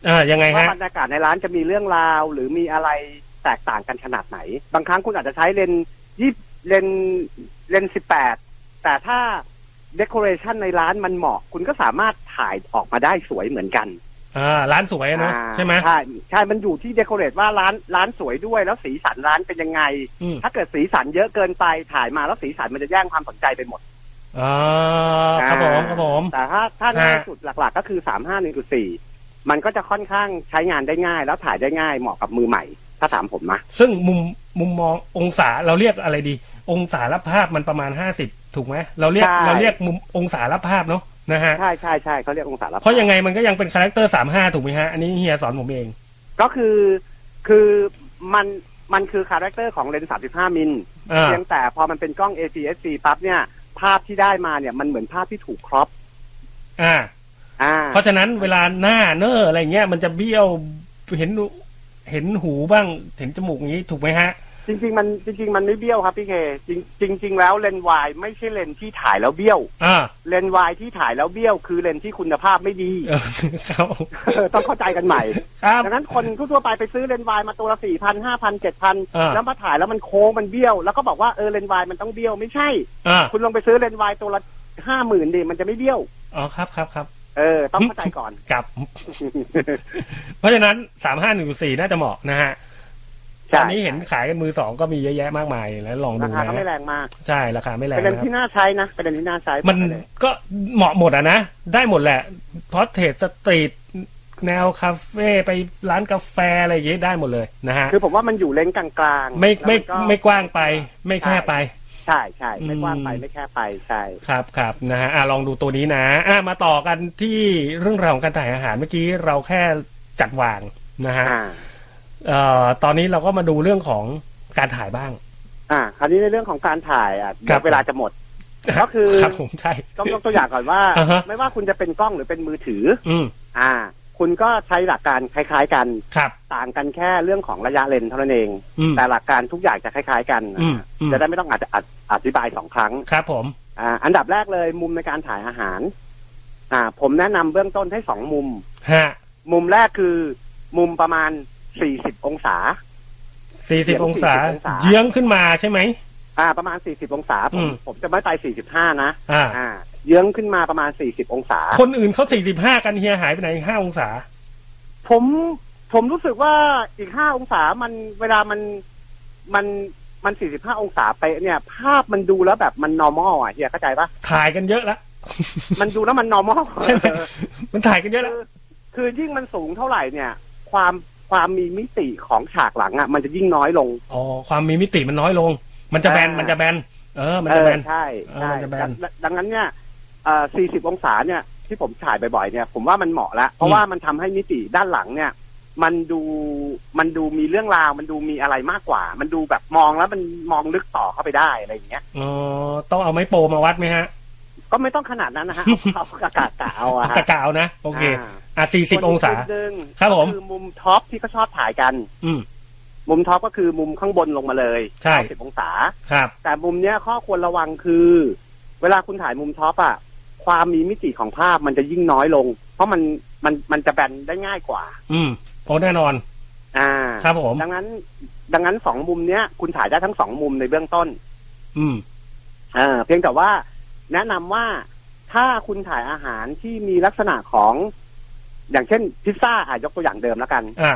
Speaker 4: อ่ายังไง
Speaker 5: ว่า
Speaker 4: ฮะ
Speaker 5: บรรยากาศในร้านจะมีเรื่องราว หรือมีอะไรแตกต่างกันขนาดไหน บางครั้งคุณอาจจะใช้เลนยี่เลนเลนสิบแปดแต่ถ้าเด o อเรชันในร้านมันเหมาะ คุณก็สามารถถ่ายออกมาได้สวยเหมือนกัน
Speaker 4: อ่าร้านสวยอะเนอะ
Speaker 5: อ่า
Speaker 4: ใช่ไหม
Speaker 5: ใช่ใช่มันอยู่ที่เด o อเร e ว่าร้านร้านสวยด้วย แล้วสีสันร้านเป็นยังไง
Speaker 4: อืม
Speaker 5: ถ้าเกิดสีสันเยอะเกินไปถ่ายมาแล้วสีสันมันจะแย่งความสนใจไปหมด
Speaker 4: อ่าครับผมครับผม
Speaker 5: แต่ถ้าถ้า
Speaker 4: ฮะ
Speaker 5: ง่ายสุดหลักๆ ก็คือสามห้าหนึ่งจุดสี่มันก็จะค่อนข้างใช้งานได้ง่าย แล้วถ่ายได้ง่ายเหมาะกับมือใหม่ ถ้าถามผมนะ
Speaker 4: ซึ่งมุมมุมมององศาเราเรียกอะไรดี องศารับภาพมันประมาณห้าสิบถูกไหมเราเรียกเราเรียกมุมองศารับภาพเนาะนะฮะ
Speaker 5: ใช่ใช่ใช่เขาเรียกองศาละ
Speaker 4: เพราะยังไงมันก็ยังเป็นคาแรคเตอร์สามห้าถูกไหมฮะ อันนี้เฮียสอนผมเอง
Speaker 5: ก็คือคือมันมันคือคาแรคเตอร์ของเลนส์ 35 มิล
Speaker 4: อ่า
Speaker 5: เพียงแต่พอมันเป็นกล้อง APS-C ปั๊บเนี่ย ภาพที่ได้มาเนี่ยมันเหมือนภาพที่ถูกครอป
Speaker 4: อ่า
Speaker 5: อ่า
Speaker 4: เพราะฉะนั้นเวลาหน้าเนออะไรเงี้ยมันจะเบี้ยวเห็นเห็นหูบ้างเห็นจมูกอย่างนี้ถูกไหมฮะ
Speaker 5: จริง ๆ มันจริง ๆ มันไม่เบี้ยวครับพี่เคจริงจริง ๆ แล้วเลนส์วายไม่ใช่เลนส์ที่ถ่ายแล้วเบี้ยว
Speaker 4: อ่า
Speaker 5: เลนส์วายที่ถ่ายแล้วเบี้ยว คือเลนส์ที่คุณภาพไม่ดี
Speaker 4: เออครับ
Speaker 5: ต้องเข้าใจกันใหม่
Speaker 4: ครับ
Speaker 5: ดังนั้นคนทั่วๆไปไปซื้อเลนส์วายมาตัวละสี่พันห้าพันเจ็ดพัน
Speaker 4: อ่า
Speaker 5: แล้วมาถ่ายแล้วมันโค้งมันเบี้ยว แล้วก็บอกว่าเออเลนส์วายมันต้องเบี้ยวไม่ใช่
Speaker 4: อ่า
Speaker 5: คุณลองไปซื้อเลนส์วายตัวละห้าหมื่นดิมันจะไม่เบี้ยว
Speaker 4: อ๋อครับครับครับ
Speaker 5: เออ ต้องเข้าใจก่อน
Speaker 4: กลับ เพราะฉะนั้นสามห้าหนึ่งสี่น่าจะเหมาะนะฮะต
Speaker 5: ใช่
Speaker 4: อนนี้เห็นขายกันมือสองก็มีเยอะแยะมากมายแล้วลองดู
Speaker 5: ราคาก็ไม่
Speaker 4: นะ
Speaker 5: แรงมาก
Speaker 4: ใช่ราคาไม่แรง
Speaker 5: เป็นเลน
Speaker 4: นะค
Speaker 5: ส์
Speaker 4: รับ
Speaker 5: ที่น่าใช้นะเป็นเลนส์ที่น่าใช้
Speaker 4: มันก็เหมาะหมดอ่ะนะ ได้หมดแหละพอเทสสตรีทแนวคาเฟ่ไปร้านกาแฟอะไรอย่างเงี้ยได้หมดเลยนะฮะ
Speaker 5: คือผมว่ามันอยู่เลนส์กลางๆ
Speaker 4: ไม่ไม่
Speaker 5: แล้น
Speaker 4: ไม่กว้างไปไม่แค่ไป
Speaker 5: ใช่ใช่ไม่
Speaker 4: อืม
Speaker 5: กว้างไปไม่แค่ไปใช่
Speaker 4: ครับครับนะฮะอ่ะลองดูตัวนี้นะอ่ะมาต่อกันที่เรื่องราวของการถ่ายอาหารเมื่อกี้เราแค่จัดวางนะฮะ
Speaker 5: อ่า
Speaker 4: เอ่อตอนนี้เราก็มาดูเรื่องของการถ่ายบ้าง
Speaker 5: อ่า คราวนี้ในเรื่องของการถ่ายอ่ะ
Speaker 4: ครับ
Speaker 5: เวลาจะหมด ก็คือ
Speaker 4: ครับผมใช่
Speaker 5: ต้องยกตัวอย่างก่อนว่า
Speaker 4: อ่าฮะ
Speaker 5: ไม่ว่าคุณจะเป็นกล้องหรือเป็นมือถือ
Speaker 4: อืม
Speaker 5: อ่า คุณก็ใช้หลักการคล้าย ๆ กัน
Speaker 4: ครับ
Speaker 5: ต่างกันแค่เรื่องของระยะเลนส์เท่านั้นเอง
Speaker 4: อืม
Speaker 5: แต่หลักการทุกอย่างจะคล้าย ๆ กัน
Speaker 4: อืมอืม
Speaker 5: จะได้ไม่ต้องอาจจะอธิอธิบายสองครั้ง
Speaker 4: ครับผม
Speaker 5: อ่าอันดับแรกเลยมุมในการถ่ายอาหาร อ่า ผมแนะนำเบื้องต้นให้สองมุม
Speaker 4: ฮะ
Speaker 5: มุมแรกคือ มุมประมาณ 40 องศา
Speaker 4: สี่สิบ
Speaker 5: 40
Speaker 4: องศา
Speaker 5: องศา
Speaker 4: เยื้องขึ้นมาใช่ไหม
Speaker 5: อ่า ประมาณ 40 องศาผ
Speaker 4: อื
Speaker 5: ม
Speaker 4: ม
Speaker 5: ผมจะไม่ไป 45 นะ
Speaker 4: อ่า
Speaker 5: อ่า เยื้องขึ้นมาประมาณ 40 องศา
Speaker 4: คนอื่นเขาสี่สิบห้ากันเฮียหายไปไหนห้าองศา
Speaker 5: ผมผมรู้สึกว่าอีกห้าองศามันเวลามันมันมันสี่สิบห้าองศาไปเนี่ย ภาพมันดูแล้วแบบมัน normal อ่ะเฮียเข้าใจปะ
Speaker 4: ถ่ายกันเยอะละ
Speaker 5: มันดูแล้วมัน normal
Speaker 4: ใช่ไหมมันถ่ายกันเยอะละ
Speaker 5: คือคือยิ่งมันสูงเท่าไหร่เนี่ย ความความมีมิติของฉากหลังอ่ะ มันจะยิ่งน้อยลง
Speaker 4: อ๋อความมีมิติมันน้อยลง มันจะแบนมันจะแบนเออ มันจะ
Speaker 5: เอ
Speaker 4: แบ
Speaker 5: อน ใช่
Speaker 4: เออ
Speaker 5: ใช่
Speaker 4: มันจะแบน
Speaker 5: ดังดังนั้นเนี่ยเอ่อสี่สิบองศาเนี่ย ที่ผมถ่ายบ่อยๆเนี่ย ผมว่ามันเหมาะแล้วเพราะว่ามันทำให้มิติด้านหลังเนี่ย มันดูมันดูมีเรื่องราว มันดูมีอะไรมากกว่า มันดูแบบมองแล้วมันมองลึกต่อเข้าไปได้อะไรอย่างเงี้ย
Speaker 4: อ๋อต้องเอาไม้โปรมาวัดไหมฮะ
Speaker 5: ก็ไม่ต้องขนาดนั้นนะ ฮะ เอาเอาอากาศกะเอาอะฮะ
Speaker 4: กะกาวนะ โอเค อ่ะสี่สิบ
Speaker 5: ส่วนก
Speaker 4: องศา
Speaker 5: มุมหนึ่ง
Speaker 4: ครับผม
Speaker 5: ก็คือมุมท็อปที่เขาชอบถ่ายกัน
Speaker 4: อืม
Speaker 5: มุมท็อปก็คือมุมข้างบนลงมาเลย
Speaker 4: ใช่
Speaker 5: สิบองศา
Speaker 4: ครับ
Speaker 5: แต่มุมเนี้ยข้อควรระวังคือ เวลาคุณถ่ายมุมท็อปอะความมีมิติของภาพมันจะยิ่งน้อยลง เพราะมันมันมันจะแบนได้ง่ายกว่า
Speaker 4: อืมโอ้แน่นอน
Speaker 5: อ่า
Speaker 4: ครับผม
Speaker 5: ดังนั้น ดังนั้นสองมุมเนี้ยคุณถ่ายได้ทั้งสองมุมในเบื้องต้น
Speaker 4: อืม
Speaker 5: เออเพียงแต่ว่าแนะนำว่าถ้าคุณถ่ายอาหารที่มีลักษณะของ อย่างเช่น พิซซ่าอ่ะยกตัวอย่างเดิมแล้วกัน
Speaker 4: อ่า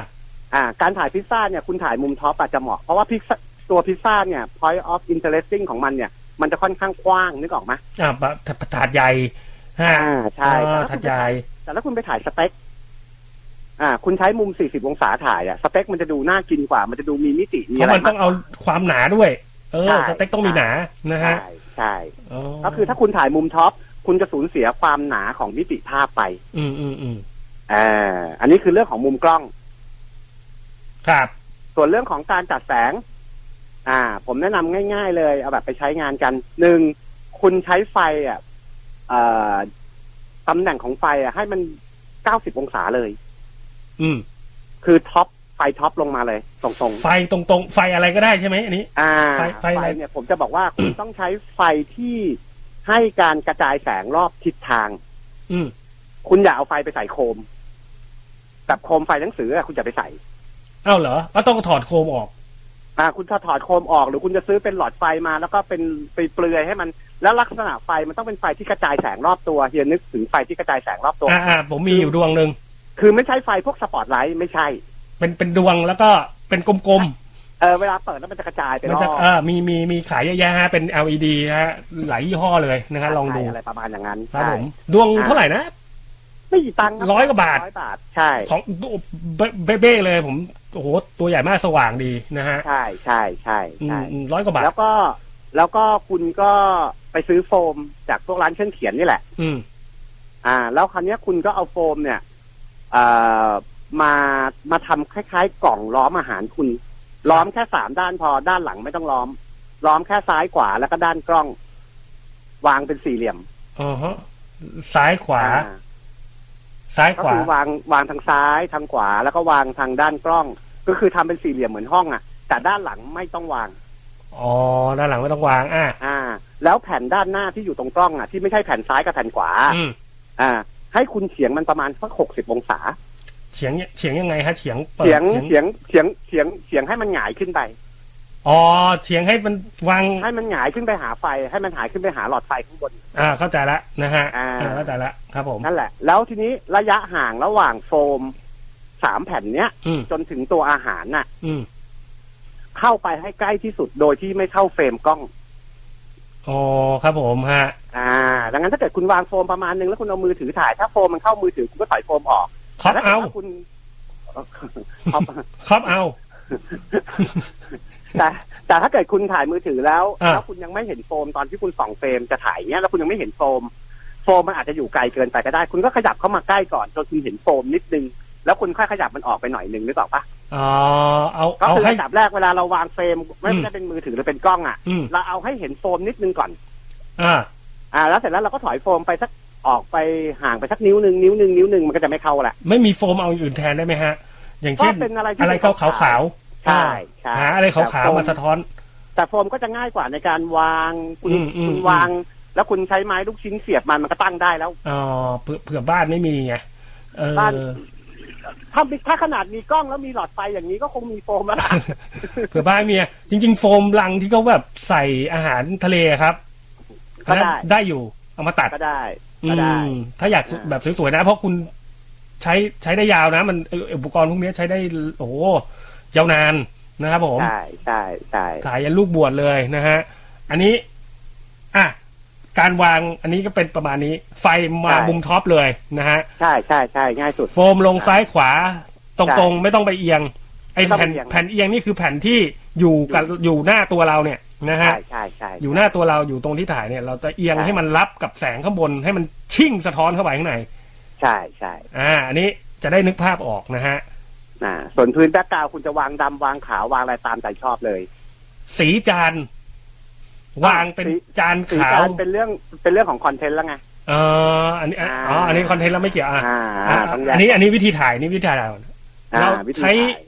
Speaker 5: อ่า การถ่ายพิซซ่าเนี่ยคุณถ่ายมุมท็อปอาจจะเหมาะ เพราะว่าพิซซ่าตัวพิซซ่าเนี่ย point of interesting ของมันเนี่ย มันจะค่อนข้างกว้างนึกออกไหม
Speaker 4: อ่าปะถถถาดใหญ่ฮะ
Speaker 5: อ่าใช่
Speaker 4: อ่า
Speaker 5: แต่
Speaker 4: ถาด
Speaker 5: ถ้าคุณ
Speaker 4: ใหญ่
Speaker 5: แต่ถ้าคุณไปถ่ายสเต็กอ่า คุณใช้มุม 40 องศาถ่ายอะสเต็กมันจะดูน่ากินกว่า มันจะดูมีมิติมี
Speaker 4: เพ
Speaker 5: อะ
Speaker 4: ราะ
Speaker 5: ไร
Speaker 4: มันต้อง
Speaker 5: กกว่
Speaker 4: เอาความหนาด้วย เออ
Speaker 5: ใช่
Speaker 4: สเต็กต้องมีหนานะฮะ
Speaker 5: ใช่ใช่
Speaker 4: อ๋อ
Speaker 5: ก็คือถ้าคุณถ่ายมุมท็อป คุณจะสูญเสียความหนาของมิติภาพไป
Speaker 4: อืมอืมอืม
Speaker 5: อ่าอันนี้คือเรื่องของมุมกล้อง
Speaker 4: ครับ
Speaker 5: ส่วนเรื่องของการจัดแสง อ่า ผมแนะนำง่าย ๆ เลย เอาแบบไปใช้งานกันหนึ่งคุณใช้ไฟอ่ะเอ่อตำแหน่งของไฟอ่ะ ให้มันเก้าสิบองศาเลย
Speaker 4: อืม
Speaker 5: คือท็อปไฟท็อปลงมาเลยตรง
Speaker 4: ไฟตรงๆ ไฟอะไรก็ได้ใช่ไหมอันนี้
Speaker 5: ๆ อ่า
Speaker 4: ไฟไฟอะไร
Speaker 5: เนี่ย ผมจะบอกว่า คุณต้องใช้ไฟที่ให้การกระจายแสงรอบทิศทาง
Speaker 4: อืม
Speaker 5: คุณอย่าเอาไฟไปใส่โคมแบบโคมไฟหนังสืออะคุณอย่าไปใส่
Speaker 4: เอ้าเหรอก็ต้องถอดโคมออก
Speaker 5: อ่าคุณจะถอดโคมออกหรือคุณจะซื้อเป็นหลอดไฟมา แล้วก็เป็นไปเปลือยให้มัน แล้วลักษณะไฟมันต้องเป็นไฟที่กระจายแสงรอบตัวเฮียนึกถึงไฟที่กระจายแสงรอบตัว
Speaker 4: อ่าอ่าผมมีอยู่ดวงหนึ่ง
Speaker 5: คือไม่ใช่ไฟพวกสปอตไลท์ไม่ใช่
Speaker 4: เป็นเป็นดวงแล้วก็เป็นกลม
Speaker 5: เออเวลาเปิดแล้วมันจะกระจาย
Speaker 4: ๆ
Speaker 5: ไปร
Speaker 4: มัน
Speaker 5: อบ
Speaker 4: จะเออมีมีมีขายเยอะแยะฮะเป็น LED ฮะหลายยี่ห้อเลยนะฮะลองดู
Speaker 5: ใช่อะไรประมาณอย่างนั้น
Speaker 4: ครับ
Speaker 5: ใช่
Speaker 4: ผม ดวงเท่าไหร่นะ
Speaker 5: ไม่กี่ตังค์คบ
Speaker 4: ร้อยกว่าบาท
Speaker 5: ร้อยบาทใช่
Speaker 4: ของเบเบ้เบ้เลยผมโอ้โหตัวใหญ่มากสว่างดีนะฮะ
Speaker 5: ใช่ใช่ใช่ใช่
Speaker 4: อืมร้อยกว่าบาท
Speaker 5: แล้วก็แล้วก็คุณก็ไปซื้อโฟมจากพวกร้านเครื่องเขียนนี่แหละ
Speaker 4: อืม
Speaker 5: อ่า แล้วคราวเนี้ยคุณก็เอาโฟมเนี่ยเอ่อมามาทำคล้ายๆ กล่องล้อมอาหารคุณ ล้อมแค่สามด้านพอด้านหลังไม่ต้องล้อม ล้อมแค่ซ้ายขวาแล้วก็ด้านกล้อง วางเป็นสี่เหลี่ยม
Speaker 4: อ๋อฮะซ้ายขวา
Speaker 5: อ่
Speaker 4: ซ้าย
Speaker 5: ก็
Speaker 4: ขวา
Speaker 5: คือวางวางทางซ้ายทางขวาแล้วก็วางทางด้านกล้อง ก็คือทำเป็นสี่เหลี่ยมเหมือนห้องอะ่ะ แต่ด้านหลังไม่ต้องวาง
Speaker 4: อ๋อ ด้านหลังไม่ต้องวาง อ่ะ
Speaker 5: อ่า แล้วแผ่นด้านหน้าที่อยู่ตรงกล้องอะ่ะที่ไม่ใช่แผ่นซ้ายกับแผ่นขวา
Speaker 4: อืม
Speaker 5: อ่า ให้คุณเฉียงมันประมาณสักหกสิบองศา
Speaker 4: เฉียงเนี่ยเฉียงยังไงฮะ เฉียงเปิด
Speaker 5: เฉียงเฉียงเฉียงเฉียงเฉียงให้มันหงายขึ้นไป
Speaker 4: อ๋อ เฉียงให้มันวาง
Speaker 5: ให้มันหงายขึ้นไปหาไฟ ให้มันหายขึ้นไปหาหลอดไฟข้างบน
Speaker 4: อ่า เข้าใจละนะฮะ
Speaker 5: อ่า
Speaker 4: เข้าใจละครับผม
Speaker 5: นั่นแหละ แล้วทีนี้ระยะห่างระหว่างโฟมสามแผ่นเนี้ย
Speaker 4: อืม
Speaker 5: จนถึงตัวอาหารน่ะ
Speaker 4: อืม
Speaker 5: เข้าไปให้ใกล้ที่สุดโดยที่ไม่เข้าเฟรมกล้อง
Speaker 4: อ๋อ ครับผมฮะ
Speaker 5: อ่า ดังนั้นถ้าเกิดคุณวางโฟมประมาณนึงแล้วคุณเอามือถือถ่าย ถ้าโฟมมันเข้ามือถือคุณก็ถอยโฟมออก
Speaker 4: ครอบ
Speaker 5: แต่ถ้
Speaker 4: เอา
Speaker 5: กิดว่ คุณเอ่อครับ
Speaker 4: ครอบเอา
Speaker 5: แต่แต่ถ้าเกิดคุณถ่ายมือถือแล้ว
Speaker 4: อ่า
Speaker 5: แล้วคุณยังไม่เห็นโฟมตอนที่คุณส่องเฟรมจะถ่ายเนี้ยแล้วคุณยังไม่เห็นโฟม โฟมมันอาจจะอยู่ไกลเกินไปก็ได้ คุณก็ขยับเข้ามาใกล้ก่อนจนคุณเห็นโฟมนิดนึง แล้วคุณค่อยขยับมันออกไปหน่อยนึงนึกออกปะ
Speaker 4: อ๋อ เอา
Speaker 5: ก็
Speaker 4: เอา
Speaker 5: คือ
Speaker 4: ให้
Speaker 5: ระดับแรกเวลาเราวางเฟรมไม่
Speaker 4: อืม
Speaker 5: ไม่ได้เป็นมือถือหรือเป็นกล้องอ่ะ
Speaker 4: อืม
Speaker 5: เราเอาให้เห็นโฟมนิดนึงก่อน
Speaker 4: อ่า
Speaker 5: อ่า แล้วเสร็จแล้วเราก็ถอยโฟมไปสักออกไปห่างไปสักนิ้วหนึ่งนิ้วหนึ่งนิ้วหนึ่งมันก็จะไม่เข้าแหละ
Speaker 4: ไม่มีโฟมเอาอย่างอื่นแทนได้ไหมฮะ อย่าง
Speaker 5: ก็
Speaker 4: เช่น
Speaker 5: เป็นอะไรที่
Speaker 4: อะไรขาวขาวขาว
Speaker 5: ใช่ใช่
Speaker 4: หาอะไรขาว
Speaker 5: แต่
Speaker 4: ขาว
Speaker 5: โฟม
Speaker 4: มาสะท้อน
Speaker 5: แต่โฟมก็จะง่ายกว่าในการวางคุณ
Speaker 4: อืมอืม
Speaker 5: คุณวาง แล้วคุณใช้ไม้ลูกชิ้นเสียบมันมันก็ตั้งได้แล้ว
Speaker 4: อ๋อ เผื่อเผื่อบ้านไม่มีไง เออ
Speaker 5: บ้าน ถ้ามีถ้าขนาดมีกล้องแล้วมีหลอดไฟอย่างนี้ก็คงมีโฟม แล้วล่ะ
Speaker 4: เผื่อบ้านเมียจริง ๆ โฟมลังที่เขาแบบใส่อาหารทะเลครับ
Speaker 5: ก็ได้
Speaker 4: อันนั้นได้อยู่เอามาตัด
Speaker 5: ก็ได้ก็ได้
Speaker 4: อืมถ้าอยาก
Speaker 5: อ่า
Speaker 4: แบบสวยๆนะ เพราะคุณใช้ใช้ได้ยาวนะ มันเอ่ออุปกรณ์พวกนี้ใช้ได้โอ้โหยาวนานนะครับผม
Speaker 5: ใช่ใช่ใช่
Speaker 4: ขายยันลูกบวชเลยนะฮะ อันนี้ อ่ะการวางอันนี้ก็เป็นประมาณนี้ ไฟมามุมท็อปเลยนะฮะ
Speaker 5: ใช่ใช่ใช่ง่ายสุด
Speaker 4: โฟมลงซ้ายขวา ตรงๆ ไม่ต้องไปเอียง ไอ้
Speaker 5: ไม่ต้อง
Speaker 4: แผ่น
Speaker 5: เอียง
Speaker 4: แผ่นเอียงนี่คือแผ่นที่อยู่กับอยู่หน้าตัวเราเนี่ยนะฮะ
Speaker 5: ใช่ใช่ใช่
Speaker 4: อยู่หน้าตัวเราอยู่ตรงที่ถ่ายเนี่ย เราจะเอียง
Speaker 5: ใช่
Speaker 4: ให้มันรับกับแสงข้างบน ให้มันชิ่งสะท้อนเข้าไปข้างใน
Speaker 5: ใช่ใช่
Speaker 4: อ่า อันนี้จะได้นึกภาพออกนะฮะ
Speaker 5: อ่าส่วนพื้นแบ็กกราวด์คุณจะวางดำวางขาววางอะไรตามใจชอบเลย
Speaker 4: สีจาน วางเป็น
Speaker 5: สี
Speaker 4: จาน
Speaker 5: สี
Speaker 4: ขาว
Speaker 5: จานเป็นเรื่องเป็นเรื่องของคอนเทนต์แล้วไง
Speaker 4: เอ่ออันนี้อ่ะอ๋อ
Speaker 5: อ่า
Speaker 4: อันนี้คอนเทนต์เราไม่เกี่ยวอ่ะ
Speaker 5: อ่า
Speaker 4: อ่ะ
Speaker 5: ต้องแยก
Speaker 4: อันนี้อันนี้วิธีถ่ายนี่วิธีถ่ายก่อน
Speaker 5: อ่
Speaker 4: เรา
Speaker 5: วิธี
Speaker 4: ใช้
Speaker 5: ถ่าย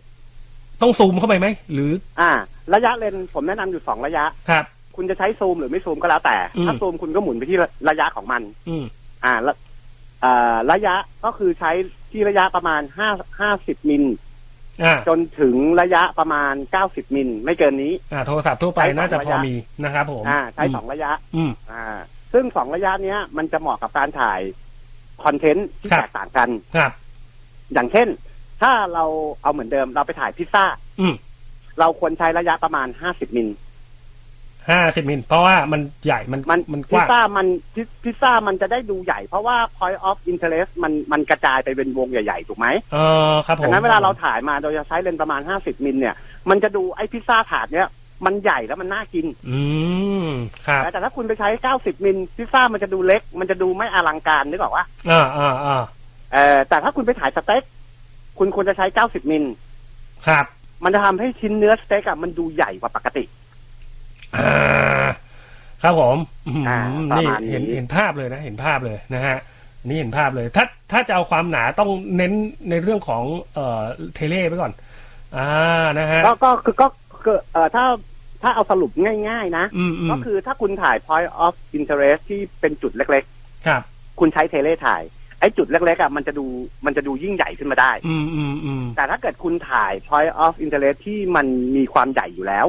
Speaker 4: ต้องซูมเข้าไปไหมหรือ
Speaker 5: อ่า ระยะเลนส์ผมแนะนำอยู่สองระยะ
Speaker 4: ครับ
Speaker 5: คุณจะใช้ซูมหรือไม่ซูมก็แล้วแต่
Speaker 4: อืม
Speaker 5: ถ้าซูมคุณก็หมุนไปที่ระยะของมัน
Speaker 4: อืม
Speaker 5: อ่าละเอ่อระยะก็คือใช้ที่ระยะประมาณห้าห้าสิบมิล
Speaker 4: อ่า
Speaker 5: จนถึงระยะประมาณเก้าสิบมิลไม่เกินนี้
Speaker 4: อ่าโทรศัพท์ทั่วไปน่าจะพอมีนะครับผม
Speaker 5: อ่า ใช้สองระยะ
Speaker 4: อืม
Speaker 5: อ่า ซึ่งสองระยะเนี้ย มันจะเหมาะกับการถ่ายคอนเทนต์ที่
Speaker 4: ครับ
Speaker 5: แตกต่างกัน
Speaker 4: ครับ
Speaker 5: อย่างเช่น ถ้าเราเอาเหมือนเดิมเราไปถ่ายพิซซ่า
Speaker 4: อืม
Speaker 5: เราควรใช้ระยะประมาณ 50 มิล
Speaker 4: ห้าสิบมิลเพราะว่ามันใหญ่มัน
Speaker 5: มัน
Speaker 4: มันก
Speaker 5: พิซ
Speaker 4: ว้าง
Speaker 5: ซ่ามันพิพิซซ่ามันจะได้ดูใหญ่ เพราะว่า point of interest มันมันกระจายไปเป็นวงใหญ่ ๆ ถูกไหม
Speaker 4: เออครับผม
Speaker 5: ดังนั้นเวลาเราถ่ายมาโดยจะใช้เลนส์ประมาณ 50 มิลเนี่ย มันจะดูไอ้พิซซ่าถาดเนี่ย มันใหญ่แล้วมันน่ากิน
Speaker 4: อืมครับ
Speaker 5: แต่ถ้าคุณไปใช้ 90 มิลพิซซ่ามันจะดูเล็ก มันจะดูไม่อลังการนึกออกว่า
Speaker 4: อ่าอ่าอ่า
Speaker 5: เออแต่ถ้าคุณไปถ่ายสเต็กคุณควรจะใช้ 90 มิล
Speaker 4: ครับ
Speaker 5: มันจะทำให้ชิ้นเนื้อสเต็กอะมันดูใหญ่กว่าปกติ
Speaker 4: อ่าครับผมอืม
Speaker 5: อ่าประ
Speaker 4: นี่
Speaker 5: มาณนี้
Speaker 4: เห็นเห็นภาพเลยนะ เห็นภาพเลยนะฮะอันนี่เห็นภาพเลย ถ้าถ้าจะเอาความหนาต้องเน้นในเรื่องของเอ่อเทเล่ไปก่อน อ่านะฮะ
Speaker 5: ก็ก็คือก็คือเออถ้าถ้าเอาสรุปง่ายๆนะ
Speaker 4: อืมอืม
Speaker 5: ก็คือถ้าคุณถ่าย point of interest ที่เป็นจุดเล็ก
Speaker 4: ครับ
Speaker 5: ๆ คุณใช้เทเลถ่าย ไอ้จุดเล็กๆอะมันจะดูมันจะดูยิ่งใหญ่ขึ้นมาได้
Speaker 4: อืมอืมอืม
Speaker 5: แต่ถ้าเกิดคุณถ่าย point of interest ที่มันมีความใหญ่อยู่แล้ว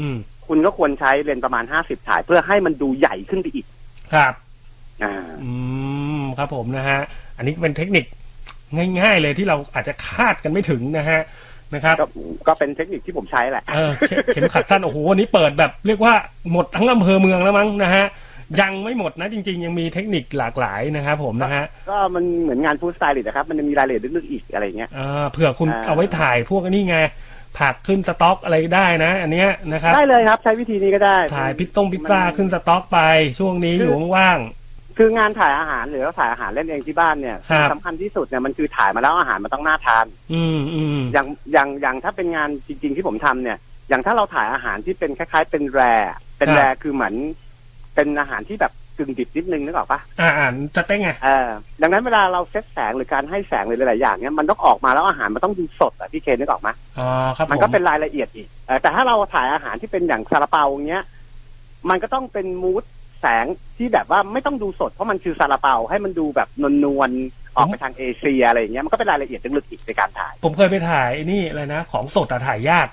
Speaker 4: อืม
Speaker 5: คุณก็ควรใช้เลนส์ประมาณ 50 ถ่าย เพื่อให้มันดูใหญ่ขึ้นไปอีก
Speaker 4: ครับ
Speaker 5: อ่า
Speaker 4: อืมครับผมนะฮะ อันนี้เป็นเทคนิคง่าย ๆ เลยที่เราอาจจะคาดกันไม่ถึงนะฮะนะครับ
Speaker 5: ก็ก็เป็นเทคนิคที่ผมใช้แหละ
Speaker 4: เออเขเข็มขัดสั้นโอ้โหวันนี้เปิดแบบ เรียกว่าหมดทั้งอำเภอเมืองแล้วมั้งนะฮะยังไม่หมดนะจริง ๆ ยังมีเทคนิคหลากหลายนะครับผมนะฮะ
Speaker 5: ก็มันเหมือนงานฟู้ดสไตล์นะครับ มันจะมีรายละเอียดลึกๆอีกอะไรเงี้ย
Speaker 4: เอ่อเผื่อคุณ
Speaker 5: อ่า
Speaker 4: เอาไว้ถ่ายพวกนี่ไงผักขึ้นสต็อกอะไรได้นะ อันเนี้ยนะครับ
Speaker 5: ได้เลยครับ ใช้วิธีนี้ก็ได้
Speaker 4: ถ่ายพิซซ่งพิซซ่าขึ้นสต็อกไปช่วงนี้อยู่ว่าง
Speaker 5: คืองานถ่ายอาหารหรือว่าถ่ายอาหารเล่นเองที่บ้านเนี่ย
Speaker 4: ครับ
Speaker 5: สำคัญที่สุดเนี่ยมันคือถ่ายมาแล้วอาหารมันต้องน่าทาน
Speaker 4: ๆอืมอืม
Speaker 5: อย่างอย่างอย่างถ้าเป็นงานจริง ๆ ที่ผมทำเนี่ย อย่างถ้าเราถ่ายอาหารที่เป็นคล้าย ๆ เป็นแรร์เป็นแรร์คือเหมือน เป็นอาหารที่แบบกึ่งดิบนิดนึงนึกออกปะ
Speaker 4: อ่าอ่านจะเต้งไง
Speaker 5: เออดังนั้นเวลาเราเซตแสงหรือการให้แสงหรือหลายๆอย่างเนี่ยมันต้องออกมาแล้วอาหารมันต้องดูสดอ่ะพี่เคนนึกออกไหมย
Speaker 4: อ๋อครับผม
Speaker 5: มันก็เป็นรายละเอียดอีกเอ่อแต่ถ้าเราถ่ายอาหารที่เป็นอย่างซาลาเปาอย่างเงี้ย มันก็ต้องเป็นมูดแสงที่แบบว่าไม่ต้องดูสดเพราะมันคือซาลาเปาให้มันดูแบบนวลๆออกไปทางเอเชียอะไรอย่างเงี้ยมันก็เป็นรายละเอียดลึกๆอีกในการถ่าย
Speaker 4: ผมเคยไปถ่ายไอ้นี่อะไรนะของสดอะถ่ายยาก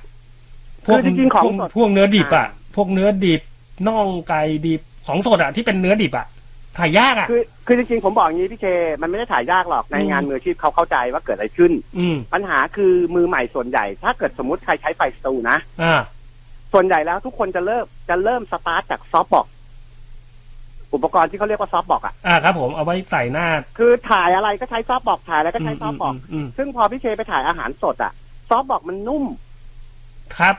Speaker 5: คือจริงๆของ
Speaker 4: พวก
Speaker 5: สด
Speaker 4: พวกเนื้อดิบอะ
Speaker 5: อ่า
Speaker 4: พวกเนื้อดิบน่องไก่ดิบของสดอะที่เป็นเนื้อดิบอะถ่ายยากอะ
Speaker 5: คือคือจริงๆผมบอกอย่างนี้พี่เค มันไม่ได้ถ่ายยากหรอกในงานมืออาชีพเขาเข้าใจว่าเกิดอะไรขึ้น
Speaker 4: อืม
Speaker 5: ปัญหาคือมือใหม่ส่วนใหญ่ ถ้าเกิดสมมติใครใช้ไฟสตูนะ
Speaker 4: อ่า
Speaker 5: ส่วนใหญ่แล้วทุกคนจะเริ่มจะเริ่มสตาร์ทจากซอฟบอกอุปกรณ์ที่เขาเรียกว่าซอฟบอกอ่ะ
Speaker 4: อ่าครับ ผมเอาไว้ใส่หน้า
Speaker 5: คือถ่ายอะไรก็ใช้ซอฟบอกถ่ายอะไรก็ใช้ซอฟบอก
Speaker 4: มมม
Speaker 5: ซึ่งพอพี่เคไปถ่ายอาหารสดอะซอฟบอกมันนุ่ม
Speaker 4: ครับ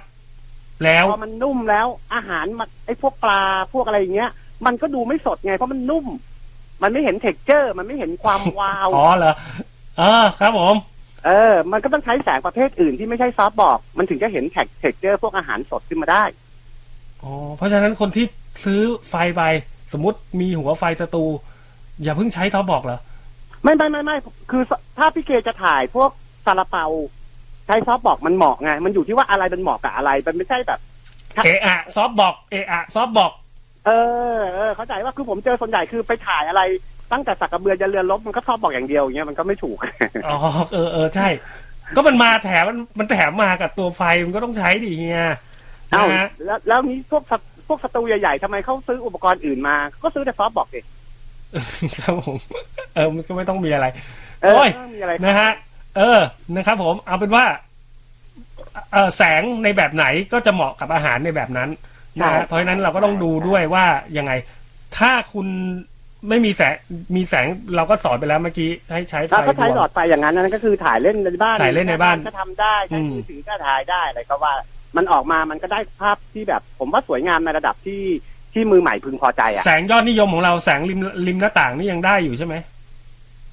Speaker 4: แล้ว
Speaker 5: พอมันนุ่มแล้ว อาหารมันไอ้พวกปลาพวกอะไรอย่างเงี้ย มันก็ดูไม่สดไง เพราะมันนุ่ม มันไม่เห็นเท็กเจอร์ มันไม่เห็นความวาว
Speaker 4: อ๋อเหรอเออครับผม
Speaker 5: เออ มันก็ต้องใช้แสงประเภทอื่นที่ไม่ใช่ซอฟบอก มันถึงจะเห็นแท็กเท็กเจอร์พวกอาหารสดขึ้นมาได้
Speaker 4: อ๋อเพราะฉะนั้นคนที่ซื้อไฟไปสมมติมีหัวไฟสตู อย่าเพิ่งใช้ท็อปบอกเหรอ
Speaker 5: ไม่ไม่ไม่ไม่คือถ้าพี่เคจะถ่ายพวกซาลาเปา ใช้ซอฟบอกมันเหมาะไง มันอยู่ที่ว่าอะไรมันเหมาะกับอะไร มันไม่ใช่แบบ ครับ
Speaker 4: เอะอะซอฟต์บอกเอะอะซอฟต์บอก
Speaker 5: เออเออเข้าใจว่าคือผมเจอส่วนใหญ่คือไปถ่ายอะไร ตั้งแต่สักกระเบือยันเรือลบมันก็ซอฟบอกอย่างเดียวอย่างเงี้ยมันก็ไม่ถูก
Speaker 4: อ๋อเออเออใช่ ก็มันมาแถมมันมันแถมมากับตัวไฟมันก็ต้องใช้ดิเฮีย
Speaker 5: เอ้า
Speaker 4: นะฮะ
Speaker 5: แล้วแล้วนี้พวกสัตว์พวกสตูใหญ่ๆทำไมเขาซื้ออุปกรณ์อื่นมา ก็ซื้อแต่ซอฟต์บอกดิ
Speaker 4: ครับผมเออมันก็ไม่ต้องมีอะไร
Speaker 5: เออ
Speaker 4: โอ้ย
Speaker 5: มีอะไร
Speaker 4: นะฮะ เออนะครับ ผม เอาเป็นว่าเออแสงในแบบไหนก็จะเหมาะกับอาหารในแบบนั้นนะฮะเพราะฉะนั้นเราก็ต้องดูด้วยว่ายังไง ถ้าคุณไม่มีแสงมีแสงเราก็สอนไปแล้วเมื่อกี้ให้ใช้ไฟ
Speaker 5: แล้วก็ใช้
Speaker 4: ดวง
Speaker 5: หลอดไฟอย่างนั้นนั้นก็คือถ่ายเล่นในบ้าน
Speaker 4: ถ่ายเล่นในบ้าน
Speaker 5: ก็ทำได้ใช้
Speaker 4: อืม
Speaker 5: มือถือก็ถ่ายได้อะไรก็ว่า มันออกมามันก็ได้ภาพที่แบบ ผมว่าสวยงามในระดับที่ที่มือใหม่พึงพอใจอ่ะ
Speaker 4: แสงยอดนิยมของเราแสงริมริมหน้าต่างนี่ยังได้อยู่ใช่ไหม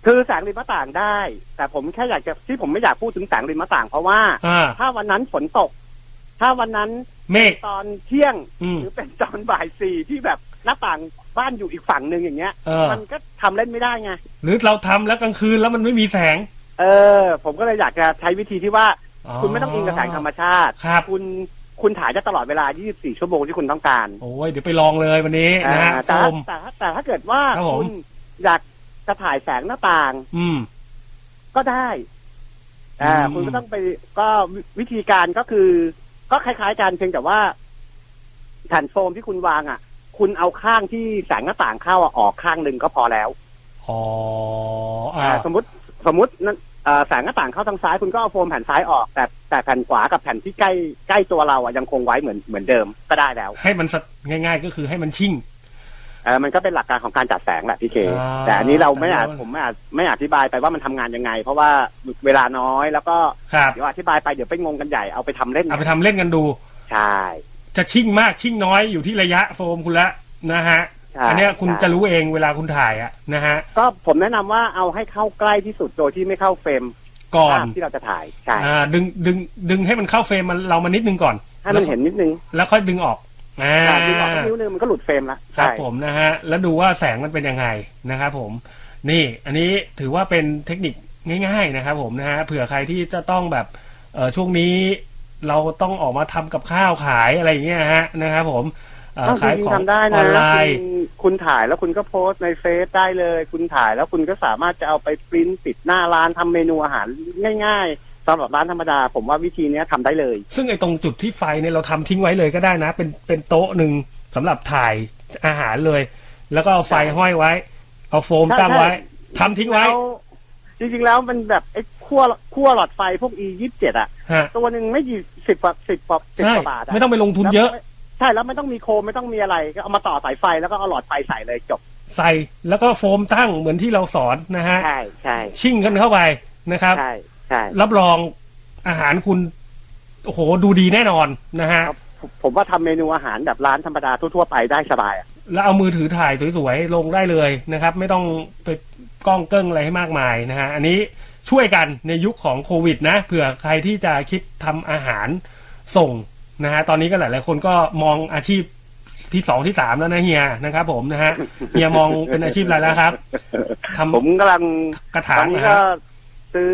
Speaker 5: คือแสงริมหน้าต่างได้ แต่ผมแค่อยากจะที่ผมไม่อยากพูดถึงแสงริมหน้าต่าง เพราะว่า
Speaker 4: อ่า
Speaker 5: ถ้าวันนั้นฝนตก ถ้าวันนั้น
Speaker 4: เมฆ
Speaker 5: ตอนเที่ยง
Speaker 4: อืม
Speaker 5: หรือเป็นตอนบ่ายสี่ที่แบบหน้าต่างบ้านอยู่อีกฝั่งหนึ่งอย่างเงี้ย
Speaker 4: เออ
Speaker 5: มันก็ทำเล่นไม่ได้ไง
Speaker 4: หรือเราทำแล้วกลางคืนแล้วมันไม่มีแสง
Speaker 5: เออ ผมก็เลยอยากจะใช้วิธีที่ว่า คุณไม่ต้องอิงกับแสงธรรมชาติ
Speaker 4: ครับ
Speaker 5: คุณคุณถ่ายได้ตลอดเวลา 24 ชั่วโมงที่คุณต้องการ
Speaker 4: โอ้ยเดี๋ยวไปลองเลยวันนี้นะฮะ
Speaker 5: อ่า
Speaker 4: ช
Speaker 5: แต่
Speaker 4: ม
Speaker 5: แต่แต่ถ้าเกิดว่า
Speaker 4: ครับผม
Speaker 5: คุณอยากจะถ่ายแสงหน้าต่าง
Speaker 4: อืม
Speaker 5: ก็ได้อ่า
Speaker 4: อืม
Speaker 5: คุณก็ต้องไปก็วิวิธีการก็คือ ก็คล้ายๆกันเพียงแต่ว่าแผ่นโฟมที่คุณวางอ่ะ คุณเอาข้างที่แสงหน้าต่างเข้าอะออกข้างหนึ่งก็พอแล้ว
Speaker 4: อ๋ออ่า
Speaker 5: อ่าสมมติสมมตินั่นอ่าแสงหน้าต่างเข้าทางซ้ายคุณก็เอาโฟมแผ่นซ้ายออก แต่แต่แผ่นขวากับแผ่นที่ใกล้ใกล้ตัวเราอ่ะยังคงไว้เหมือนเหมือนเดิมก็ได้แล้ว
Speaker 4: ให้มันสักง่ายๆก็คือให้มันชิ่ง
Speaker 5: เออมันก็เป็นหลักการของการจัดแสงแหละพี่เค
Speaker 4: อ่า
Speaker 5: แต่อันนี้เราไม่อาจ
Speaker 4: แต่ว่า
Speaker 5: ผมไม่อาจไม่อธิบายไปว่ามันทำงานยังไง เพราะว่าเวลาน้อยแล้วก็
Speaker 4: ครับ
Speaker 5: เดี๋ยวอธิบายไปเดี๋ยวไปงงกันใหญ่เอาไปทำเล่น
Speaker 4: เอาไปทำเล่นกันดู
Speaker 5: ใช่
Speaker 4: จะชิ่งมากชิ่งน้อยอยู่ที่ระยะโฟมคุณละนะฮะ
Speaker 5: ใช่
Speaker 4: อันเนี้ยคุณ
Speaker 5: ใช่
Speaker 4: จะรู้เองเวลาคุณถ่ายอะนะฮะ
Speaker 5: ก็ผมแนะนำว่าเอาให้เข้าใกล้ที่สุดโดยที่ไม่เข้าเฟรม
Speaker 4: ก่อน
Speaker 5: ภาพที่เราจะถ่ายใช่
Speaker 4: อ่าดึงดึงดึงให้มันเข้าเฟรมมันเรามานิดนึงก่อน
Speaker 5: ให้มันเห็นนิดนึง
Speaker 4: แล้วค่อยดึงออกอ่า
Speaker 5: การดึงออกสักนิ้วนึงมันก็หลุดเฟรมละ
Speaker 4: ครับ
Speaker 5: ใช่
Speaker 4: ผมนะฮะ แล้วดูว่าแสงมันเป็นยังไงนะครับผม นี่อันนี้ถือว่าเป็นเทคนิคง่าย ๆนะครับผมนะฮะเผื่อใครที่จะต้องแบบเอ่อช่วงนี้เราต้องออกมาทำกับข้าวขายอะไรอย่างเงี้ยฮะนะครับผมเอ่อ
Speaker 5: อ้าว
Speaker 4: ขาย
Speaker 5: จริ
Speaker 4: ขอ
Speaker 5: งๆ
Speaker 4: ง
Speaker 5: ทำได้
Speaker 4: อ
Speaker 5: นะ
Speaker 4: อนไล
Speaker 5: คุณ
Speaker 4: น์
Speaker 5: คุณถ่ายแล้วคุณก็โพสต์ในเฟซได้เลย คุณถ่ายแล้วคุณก็สามารถจะเอาไปปริ้นติดหน้าร้านทำเมนูอาหารง่ายๆสำหรับร้านธรรมดา ผมว่าวิธีเนี้ยทำได้เลย
Speaker 4: ซึ่งไอ้ตรงจุดที่ไฟเนี่ยเราทำทิ้งไว้เลยก็ได้นะ เป็นเป็นโต๊ะหนึ่งสำหรับถ่ายอาหารเลย แล้วก็เอาไฟห้อยไว้ เอาโฟม
Speaker 5: ใช่
Speaker 4: ตั้งไว้
Speaker 5: ใช่
Speaker 4: ทำทิ้งไว้
Speaker 5: แล้วจริงๆแล้วมันแบบไอ้ขั้วขั้วหลอดไฟพวก e ยี่สิบเจ็ดอะ
Speaker 4: ฮะ
Speaker 5: ตัวหนึ่งไม่กี่สิบกว่าสิบกว่าสิบ
Speaker 4: ใช่
Speaker 5: กว่าบาทอะ
Speaker 4: ไม่ต้องไปลงทุนเยอะ
Speaker 5: แล้วใช่แล้วไม่ต้องมีโคมไม่ต้องมีอะไร ก็เอามาต่อสายไฟแล้วก็เอาหลอดไฟใส่เลยจบ
Speaker 4: ใส่แล้วก็โฟมตั้งเหมือนที่เราสอนนะฮะ
Speaker 5: ใช่ใช่
Speaker 4: ชิ่งกันเข้าไปนะครับ
Speaker 5: ใช่ใช่
Speaker 4: รับรองอาหารคุณโอ้โหดูดีแน่นอนนะฮะ
Speaker 5: ผมผมว่าทำเมนูอาหารแบบร้านธรรมดาทั่วๆไปได้สบายอะ
Speaker 4: แล้วเอามือถือถ่ายสวยๆ ลงได้เลยนะครับ ไม่ต้องไปกล้องเกิ้งอะไรให้มากมายนะฮะ อันนี้ช่วยกันในยุคของโควิดนะเผื่อใครที่จะคิดทำอาหารส่งนะฮะ ตอนนี้ก็หลายๆคนก็มองอาชีพที่สองที่สามแล้วนะเฮียนะครับผมนะฮะเฮียมองเป็นอาชีพอะไรแล้วครับทำ
Speaker 5: ผมกำลัง
Speaker 4: กระ
Speaker 5: ต
Speaker 4: ถา
Speaker 5: อง นนี้
Speaker 4: นะ
Speaker 5: ก็
Speaker 4: ฮะ
Speaker 5: ซื้อ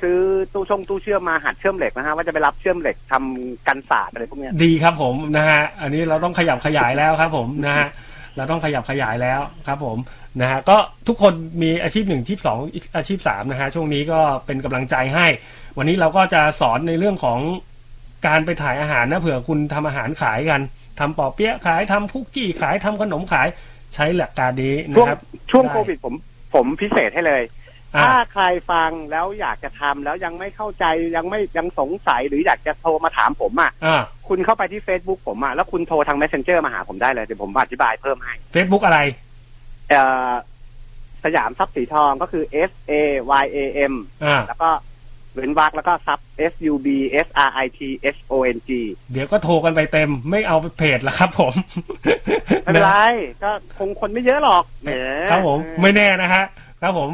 Speaker 5: ซื้อตู้ชงตู้เชื่อมมาหัดเชื่อมเหล็กนะฮะว่าจะไปรับเชื่อมเหล็กทำกันศาสตร์อะไรพวกเนี้ย
Speaker 4: ดีครับผมนะฮะ อันนี้เราต้องขยับขยายแล้วครับผมนะฮะ เราต้องขยับขยายแล้วครับผมนะฮะก็ทุกคนมีอาชีพหนึ่งอาชีพสองอาชีพสามนะฮะช่วงนี้ก็เป็นกำลังใจให้ วันนี้เราก็จะสอนในเรื่องของการไปถ่ายอาหารนะเผื่อคุณทำอาหารขายกันทำปอเปี๊ยะขายทำคุกกี้ขายทำขนมขายใช้หลักการนี้
Speaker 5: ช่วง
Speaker 4: นะครับ
Speaker 5: ช่วง
Speaker 4: ได้
Speaker 5: โควิดผมผมพิเศษให้เลย
Speaker 4: อ่า
Speaker 5: ถ้าใครฟังแล้วอยากจะทำแล้วยังไม่เข้าใจยังไม่ยังสงสัยหรืออยากจะโทรมาถามผมอ่ะ
Speaker 4: อ่า
Speaker 5: คุณเข้าไปที่ Facebook ผมอ่ะแล้วคุณโทรทาง Messenger มาหาผมได้เลยเดี๋ยวผมอธิบายเพิ่มให้
Speaker 4: เฟซบุ๊กอะไร
Speaker 5: เอ่อสยามทรัพย์สีทองก็คือ S A Y A M
Speaker 4: อ่า
Speaker 5: แล้วก็เว้นวรรคแล้วก็ซับ S U B S R I T S O N G
Speaker 4: เดี๋ยวก็โทรกันไปเต็มไม่เอาเพจละครับ ผม
Speaker 5: ไม่เป็นไร ก็คงคนไม่เยอะหรอกแหม
Speaker 4: ครับผมไม่แน่นะฮะครับผม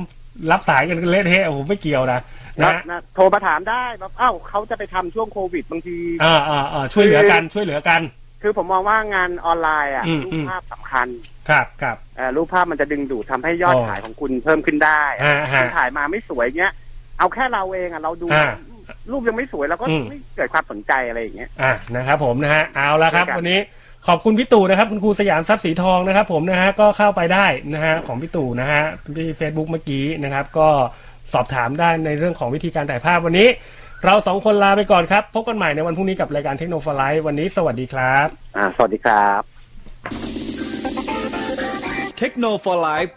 Speaker 4: รับสายกันเละเทะผมไม่เกี่ยวนะนะ
Speaker 5: นะ
Speaker 4: ฮะ
Speaker 5: นะโทรมาถามได้แบบอ้าวเขาจะไปทำช่วงโควิดบางที
Speaker 4: อ่าอ่าอ่าช่วยเหลือกันช่วยเหลือกัน
Speaker 5: คือผมมองว่างานออนไลน์อ่ะ
Speaker 4: อืม
Speaker 5: รูปภาพสำคัญ
Speaker 4: ครับครับ
Speaker 5: เอ่อรูปภาพมันจะดึงดูดทำให้ยอด
Speaker 4: อ๋อ
Speaker 5: ขายของคุณเพิ่มขึ้นได้
Speaker 4: ฮะฮะ
Speaker 5: คุณถ่ายมาไม่สวยเงี้ย เอาแค่เราเองอ่ะเราดู
Speaker 4: ฮะ
Speaker 5: รูปยังไม่สวยเราก็
Speaker 4: อืม
Speaker 5: ไม่เกิดความสนใจอะไรอย่างเงี้ย
Speaker 4: อ่านะครับผมนะฮะเอาละครับ
Speaker 5: ช่วยกัน
Speaker 4: วันนี้ขอบคุณพี่ตู่นะครับ คุณครูสยามทรัพย์สีทองนะครับ ผมนะฮะก็เข้าไปได้นะฮะของพี่ตู่นะฮะที่ Facebook เมื่อกี้นะครับ ก็สอบถามได้ในเรื่องของวิธีการถ่ายภาพวันนี้ เราสองคนลาไปก่อนครับ พบกันใหม่ในวันพรุ่งนี้กับรายการเทคโนโลยีวันนี้สวัสดีครับ
Speaker 5: อ่าสวัสดีครับ
Speaker 1: เทคโนโลยี